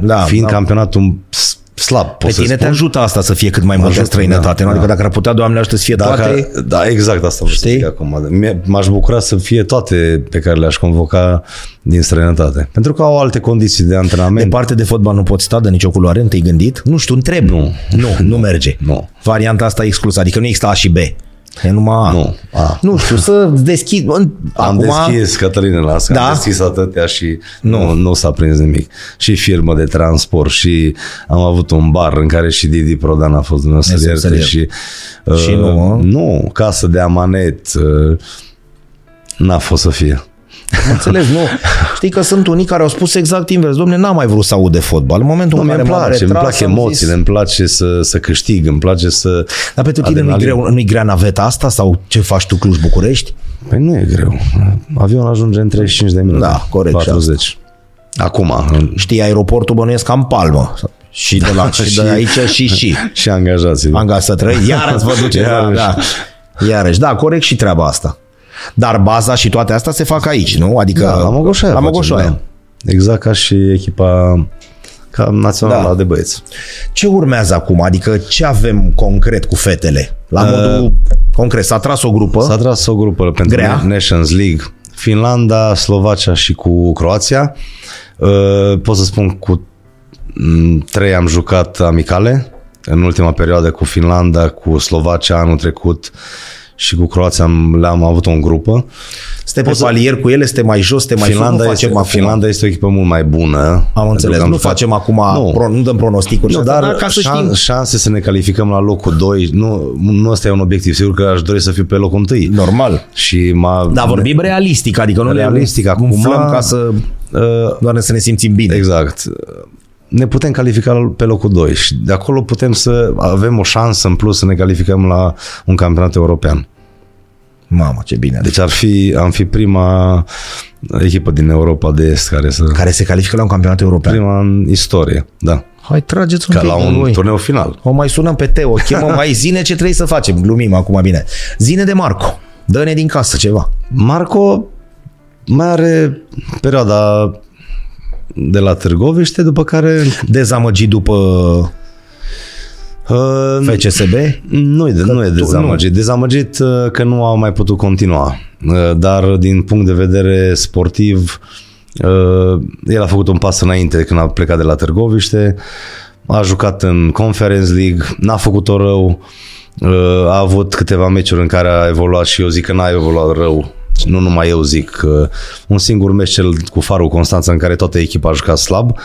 A: Da,
B: da, fiind
A: da.
B: da. campionatul s- slab, pot
A: Pe
B: să
A: tine te
B: spun.
A: ajută asta să fie cât mai mult în
B: Ajută,
A: străinătate,
B: da,
A: nu? Adică
B: da.
A: dacă ar putea, Doamne ajută să fie
B: Dacă,
A: toate...
B: Da, exact asta vreau să
A: Știi?
B: zic acum. Mie- M-aș bucura să fie toate pe care le-aș convoca din străinătate. Pentru că au alte condiții de antrenament.
A: Departe de fotbal nu poți sta de nicio culoare, te-ai gândit? Nu știu, întreb. Nu, nu, nu merge.
B: Nu.
A: Varianta asta e exclusă, adică nu există A și B. E numai A.
B: Nu, A.
A: Nu știu, să deschid. În,
B: Am
A: acum,
B: deschis, Cătăline, las, că
A: Da?
B: am deschis atâtea și nu, nu s-a prins nimic. Și firmă de transport și am avut un bar în care și Didi Prodan a fost dumneavoastră
A: Dumnezeu
B: ierte
A: să-l
B: și... uh,
A: Și nu, a?
B: Nu, casă de amanet, uh, n-a fost să fie.
A: Înțelegi, nu. Știi că sunt unii care au spus exact invers. Domne, n-am mai vrut să aud de fotbal. În momentul
B: Nu,
A: în
B: mi-e
A: care
B: îmi
A: m-am
B: place, îmi
A: retras,
B: plac
A: am
B: emoțiile,
A: Zis,
B: îmi place să, să câștig, îmi place să...
A: dar pentru tine nu-i,
B: Adrenalin.
A: greu, nu-i grea naveta asta sau ce faci tu Cluj-București?
B: Păi nu e greu. Avionul ajunge în 35 de minute.
A: Da, corect, și
B: 40. Acum, în-
A: Știi, aeroportul bănuiesc ca în palmă. Și de, la, și de
B: Da, Și-
A: aici și și.
B: și angajații.
A: Am gata să trăiesc, iar îți vă duce.
B: Iarăși.
A: Da. Iarăși, da, corect și treaba asta. Dar baza și toate astea se fac aici, nu? Adică
B: Da, la Mogoșoaia.
A: La
B: facem,
A: Mogoșoaia.
B: da. Exact ca și echipa ca națională
A: Da.
B: da. de băieți.
A: Ce urmează acum? Adică ce avem concret cu fetele? La modul concret, s-a tras o grupă.
B: Uh, S-a tras o grupă pentru
A: Grea.
B: Nations League. Finlanda, Slovacia și cu Croația. Uh, Pot să spun cu mm, trei am jucat amicale în ultima perioadă cu Finlanda, cu Slovacia anul trecut și cu Croația am, le-am avut în grupă.
A: Suntem pe palier cu ele, suntem mai jos, suntem mai
B: Finlanda,
A: sus, nu
B: este,
A: facem acum.
B: Finlanda este o echipă mult mai bună.
A: Am
B: Pentru
A: înțeles,
B: că
A: nu
B: jucat-
A: facem acum, nu,
B: Nu.
A: pro, nu dăm pronosticuri,
B: Nu,
A: nu,
B: dar,
A: dar da, ca să
B: șan-
A: știm.
B: șanse să ne calificăm la locul 2, nu, nu ăsta e un obiectiv, sigur că aș dori să fiu pe locul 1.
A: Normal.
B: Și m-a,
A: Da. Dar vorbim realistic, adică nu
B: Realistic,
A: ne
B: acum-
A: umflăm ca să
B: Uh,
A: doar să ne simțim bine.
B: exact. Ne putem califica la- pe locul 2 și de acolo putem să avem o șansă în plus să ne calificăm la un campionat european.
A: Mamă, ce bine. Deci,
B: Deci ar fi, am fi prima echipă din Europa de Est care să...
A: care se califică la un campionat european.
B: Prima în istorie, da.
A: Hai, trageți un
B: Ca
A: pic
B: la
A: din
B: un
A: voi.
B: turneu final.
A: O mai sunăm pe Teo, chemăm mai zine ce trebuie să facem. Glumim acum, bine. Zine de Marco. Dă-ne din casă ceva.
B: Marco mai are perioada de la Târgoviște, după care
A: Dezamăgit după
B: uh,
A: FCSB?
B: nu e, de, nu e
A: tu-
B: dezamăgit. Dezamăgit uh, că nu a mai putut continua. Uh, Dar din punct de vedere sportiv, uh, el a făcut un pas înainte când a plecat de la Târgoviște. A jucat în Conference League, n-a făcut-o rău. Uh, A avut câteva meciuri în care a evoluat și eu zic că n-a evoluat rău. Și Nu numai eu zic. uh, Un singur meci cel cu Farul Constanța în care toată echipa a jucat slab.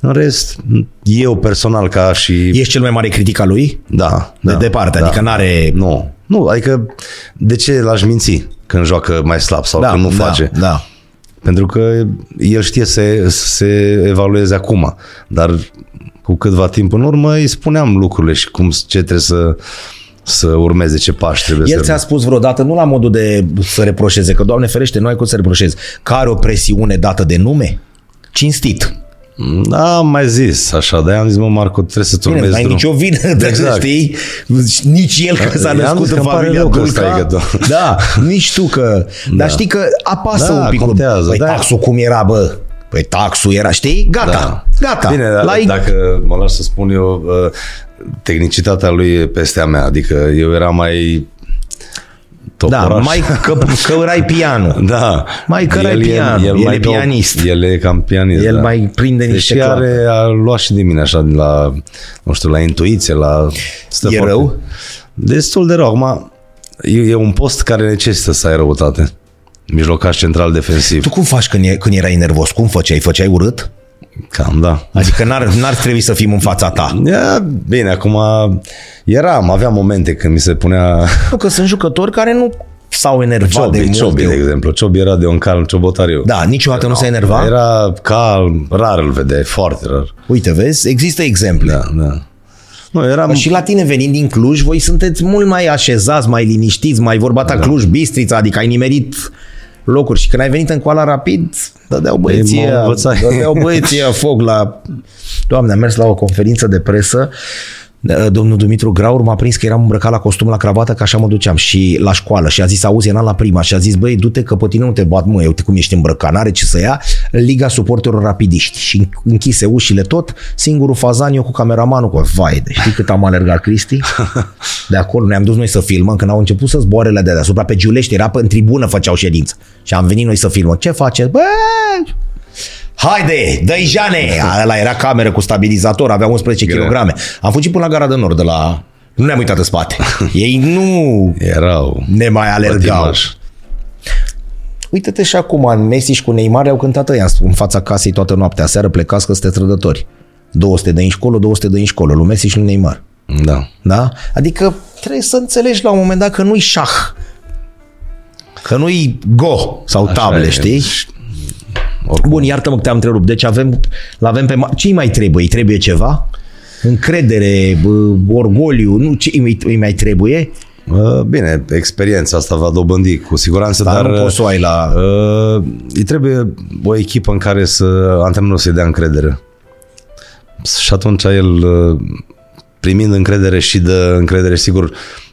B: În rest, eu personal ca și...
A: Ești cel mai mare critic al lui?
B: Da,
A: De
B: da,
A: departe, adică n-are-
B: Nu, nu, adică de ce l-aș minți când joacă mai slab sau da, când nu
A: da,
B: face?
A: Da.
B: Pentru că el știe să se evalueze acum, dar cu câtva timp în urmă îi spuneam lucrurile și cum, ce trebuie să, să urmeze, ce pași trebuie
A: El
B: să...
A: ți-a spus vreodată, nu la modul de să reproșeze, că Doamne ferește, nu ai cum să reproșezi, că are o presiune dată de nume? Cinstit.
B: Da, am mai zis așa, dar am zis, mă, Marco, trebuie să-ți
A: Bine,
B: urmezi
A: n-ai
B: drumul.
A: nicio vină, exact.
B: Exact.
A: știi? Nici el că s-a
B: I-am
A: născut
B: zis că
A: în
B: îmi pare
A: familia
B: rău că
A: Dulca.
B: stai că
A: Da.
B: do-
A: nici tu că... Dar știi că apasă
B: Da,
A: un pic.
B: contează,
A: păi
B: da.
A: taxul cum era, bă? Păi taxul era, știi? Gata, Da, gata.
B: Da. Bine, dar
A: L-ai-
B: dacă mă lași să spun eu, uh, tehnicitatea lui e peste a mea, adică eu eram mai
A: da,
B: toporaș.
A: mai că, căurai pianul.
B: da.
A: mai că
B: El
A: e pian, el
B: mai
A: e
B: pe o-
A: pianist.
B: El e cam pianist,
A: El
B: da.
A: mai prinde niște
B: Deși
A: clape.
B: are, a luat și de mine așa, de la, nu știu, la intuiție, la... stă
A: E
B: foarte-
A: rău?
B: Destul de rău. Acum, e, e un post care necesită să ai răutate. Mijlocaș central defensiv.
A: Tu cum faci când, e, când erai nervos? Cum făceai? Făceai urât?
B: Cam, da.
A: Adică n-ar, n-ar trebui să fim în fața ta.
B: Ia, bine, acum eram, aveam momente când mi se punea
A: Nu, că sunt jucători care nu s-au enervat de
B: Ciobi,
A: mult.
B: Ciobi,
A: de-
B: de exemplu. Ciobi era de un calm ciobotariu.
A: Da, niciodată nu s-a enervat.
B: Era calm, rar îl vedeai, foarte rar.
A: Uite, vezi, există exemple.
B: Da, da. Nu, eram...
A: Și la tine venind din Cluj, voi sunteți mult mai așezați, mai liniștiți, mai vorba ta Cluj-Bistrița, adică ai nimerit locuri și când ai venit în coala rapid, dădeau
B: Ei,
A: băieții,
B: m-au învățat.
A: dădeau băieții foc la... Doamne, am mers la o conferință de presă, ă, domnul Dumitru Graur m-a prins că eram îmbrăcat la costum, la cravată, că așa mă duceam și la școală și a zis, auzi, era la prima și a zis, băi, du-te că pe tine nu te bat, mă, uite cum ești îmbrăcat, n-are ce să ia, Liga Suporterilor Rapidiști și închise ușile tot, singurul fazan eu cu cameramanul, cu vai, de știi cât am alergat Cristi? De acolo ne-am dus noi să filmăm, când au început să zboare la de deasupra, pe Giulești, era pe, în tribună, făceau ședință și am venit noi să filmăm, ce faceți? Bă, Haide, dă-i Jane! Ăla era cameră cu stabilizator, avea 11
B: Greu.
A: kg. Am fugit până la gara de nord de la... Nu ne-am uitat în spate. Ei nu
B: Erau
A: ne mai alergau.
B: pătimași.
A: Uite-te și acum, Messi și cu Neymar au cântat ăia în fața casei toată noaptea. Seară plecați că sunteți trădători. 200 de inși colo, 200 de inși colo. Lui Messi și lui Neymar.
B: Da.
A: Da? Adică trebuie să înțelegi la un moment dat că nu-i șah. Că nu-i go sau
B: Așa
A: table,
B: e.
A: știi? Bun, iartă-mă că te-am întrerupt. Deci avem, avem pe... Ma- Ce-i mai trebuie? Îi trebuie ceva? Încredere, bă, orgoliu, nu ce îi, îi mai trebuie?
B: Uh, Bine, experiența asta va dobândi cu siguranță,
A: Dar,
B: dar,
A: nu poți să o ai la...
B: uh, îi trebuie o echipă în care să antrenorul să-i dea încredere. Și atunci el, uh, primind încredere și dă încredere, sigur,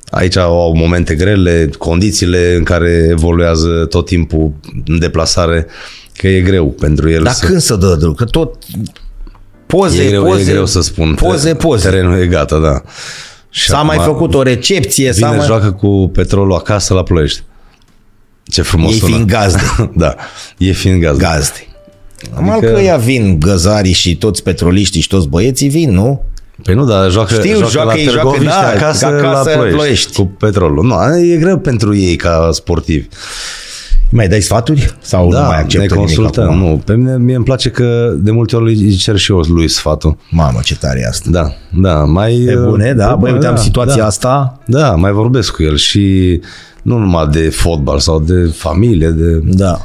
B: aici au momente grele, condițiile în care evoluează tot timpul în deplasare, că e greu pentru el
A: Dar
B: să...
A: când să dă drumul? Că tot... Poze,
B: e, greu,
A: poze,
B: e greu să spun.
A: Poze, poze.
B: Terenul e gata, da. Și
A: S-a mai
B: acum-
A: făcut o recepție, s-a
B: Vine,
A: mai...
B: joacă cu petrolul acasă la ploiești. Ce frumos
A: Ei
B: sună.
A: fiind gazde.
B: da, e fiind gazda.
A: Gazde. Adică... că ea vin găzarii și toți petroliștii și toți băieții vin, nu?
B: Păi nu, dar joacă,
A: Știu,
B: joacă,
A: joacă
B: la
A: ei, joacă,
B: Târgoviște,
A: da,
B: acasă,
A: acasă
B: la
A: în
B: ploiești,
A: Ploiești.
B: cu petrolul. Nu, e greu pentru ei ca sportivi.
A: Mai dai sfaturi? Sau
B: da,
A: nu mai
B: ne
A: acceptă
B: consultăm.
A: nimic acum?
B: nu, pe mine mie îmi place că de multe ori îi cer și eu lui sfatul.
A: Mamă, ce tare e asta.
B: Da, da, mai...
A: Pe bune, da? Băi, uite, am situația
B: da,
A: asta.
B: Da, mai vorbesc cu el și nu numai de fotbal sau de familie, de...
A: Da.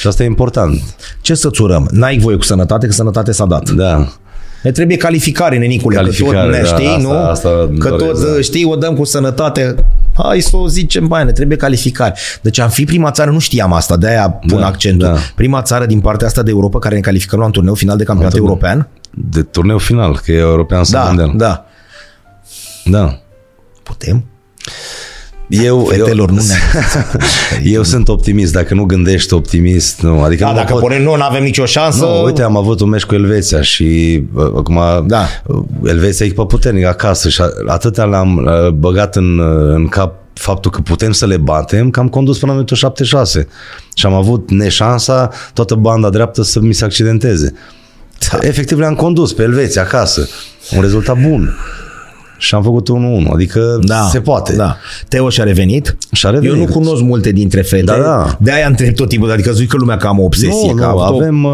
B: Și asta e important.
A: Ce să-ți urăm? N-ai voie cu sănătate, că sănătate s-a dat.
B: Da.
A: Ne trebuie calificare, nenicule, că tot
B: Calificare,
A: ne
B: da,
A: știi,
B: asta-
A: nu?
B: asta îmi
A: că
B: doresc,
A: tot, ă,
B: da.
A: știi, o dăm cu sănătate. Hai să o zicem, bai, ne trebuie calificare. Deci am fi prima țară, nu știam asta, de-aia pun
B: Da,
A: accentul.
B: da.
A: Prima țară din partea asta de Europa care ne calificăm la un turneu final de campionat
B: Antun-
A: european.
B: De turneu final, că e european sau
A: Da,
B: mondial.
A: da.
B: da.
A: Putem?
B: Eu, eu,
A: Fetelor, nu ne
B: eu sunt optimist, dacă nu gândești optimist, nu. Adică
A: Da,
B: nu mă
A: dacă
B: pot...
A: pornim, nu avem nicio șansă.
B: Nu, uite, am avut un meci cu Elveția și uh, acum
A: Da.
B: uh, Elveția e echipă puternică acasă și a- atâta l-am uh, băgat în, uh, în cap faptul că putem să le batem, că am condus până în minutul 76 și am avut neșansa toată banda dreaptă să mi se accidenteze.
A: Da.
B: Efectiv le-am condus pe Elveția acasă. Un rezultat bun. Și am făcut 1-1, adică
A: Da,
B: se poate.
A: Da. Teo și-a revenit.
B: Și-a revenit.
A: Eu nu cunosc multe dintre fete.
B: Da, da.
A: De-aia întreb tot timpul, adică zic că lumea că am o obsesie.
B: Nu,
A: că a
B: nu,
A: avut o-
B: avem... uh,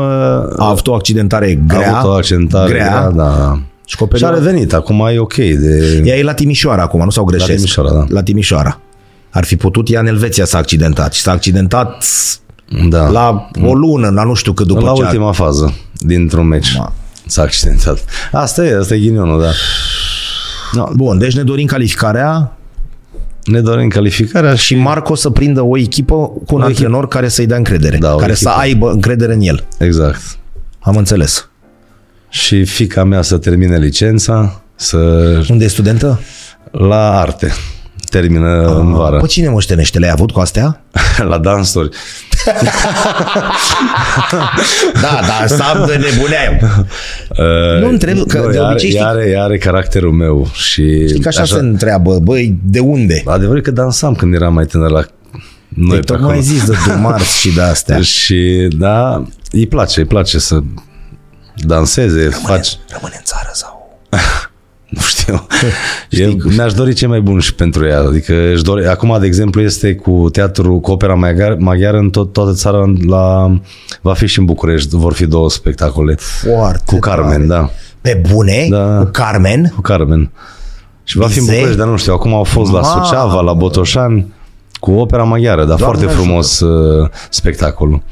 A: A avut o accidentare grea.
B: a avut o accidentare
A: grea.
B: grea, da.
A: Și cu o
B: Și a
A: perioadă-
B: revenit, acum e ok. De...
A: Ea e la Timișoara acum, nu sau greșesc?
B: La Timișoara, da.
A: La Timișoara. Ar fi putut ea în Elveția s-a accidentat și s-a accidentat
B: Da.
A: la o lună, la nu știu cât după
B: la
A: ce a-
B: ultima fază dintr-un meci.
A: Ma.
B: S-a accidentat. Asta e, asta e ghinionul, da. No,
A: Bun, deci ne dorim calificarea
B: ne dorim calificarea și
A: și Marco să prindă o echipă cu un antrenor care să-i dea încredere,
B: Da, o
A: care să
B: echipă.
A: aibă încredere în el.
B: exact.
A: Am înțeles.
B: Și fica mea să termine licența, să
A: Unde e studentă?
B: la arte. Termină
A: Ah,
B: în vară.
A: Pe cine moștenește? Le-ai avut cu astea?
B: la dansuri.
A: Da, da, sam de nebuneam.
B: Uh,
A: Nu întreb, că
B: nu,
A: de
B: ea
A: obicei
B: are,
A: știi-
B: ea are, ea are caracterul meu și
A: Că așa, se întreabă, băi, de unde?
B: Adevărul e că dansam când eram mai tânăr la noi
A: Păi
B: pe acolo.
A: tocmai ai zis de Dumars și de astea.
B: Și da, îi place, îi place să danseze, faci,
A: Rămâne în țară sau...
B: nu știu. Eu mi-aș dori ce mai bun și pentru ea. Adică își dore, acum, de exemplu, este cu teatru, cu opera maghiar, maghiară în tot, toată țara, în- la, va fi și în București, vor fi două spectacole.
A: Foarte
B: Cu Carmen, da.
A: Pe bune?
B: Da.
A: Cu Carmen?
B: Cu Carmen. Și va fi în
A: Bizei?
B: București, dar nu știu, acum au fost la
A: Mamă.
B: Suceava, la Botoșani, cu opera maghiară, dar
A: Doamne
B: foarte frumos uh, spectacolul.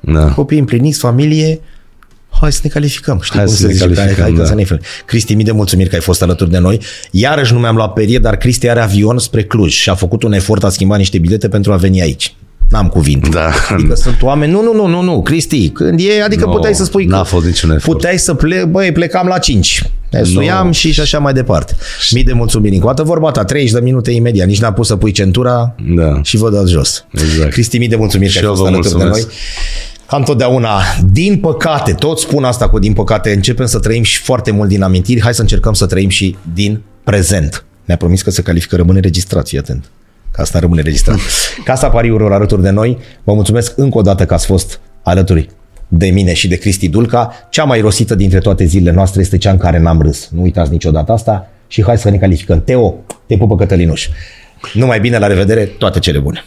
B: Da.
A: Copii împliniți, familie... Hai să ne calificăm. Știi
B: Hai
A: cum
B: să
A: se
B: ne
A: zice?
B: calificăm,
A: hai, hai,
B: da.
A: să ne fel. Cristi, mii de mulțumiri că ai fost alături de noi. Iarăși nu mi-am luat perie, dar Cristi are avion spre Cluj și a făcut un efort, a schimbat niște bilete pentru a veni aici. N-am cuvinte.
B: Da.
A: Adică sunt oameni, nu, nu, nu, nu, nu, Cristi, când e, adică
B: Nu,
A: puteai să spui
B: n-a
A: că
B: fost niciun efort.
A: puteai să ple, băi, plecam la 5. Ne Suiam și, și așa mai departe. Mii de mulțumiri. Încă o dată vorba ta, 30 de minute imediat, nici n-am pus să pui centura
B: Da.
A: și vă dați jos.
B: Exact.
A: Cristi, mii de mulțumiri
B: Și
A: că ai
B: eu
A: fost
B: vă
A: alături de
B: mulțumesc.
A: noi. Cam totdeauna, din păcate, tot spun asta cu din păcate, începem să trăim și foarte mult din amintiri, hai să încercăm să trăim și din prezent. Ne-a promis că se califică, rămâne registrat, fii atent. Ca asta rămâne registrat. Casa Pariurilor alături de noi, vă mulțumesc încă o dată că ați fost alături de mine și de Cristi Dulca. Cea mai rosită dintre toate zilele noastre este cea în care n-am râs. Nu uitați niciodată asta și hai să ne calificăm. Teo, te pupă Cătălinuș. Numai bine, la revedere, toate cele bune!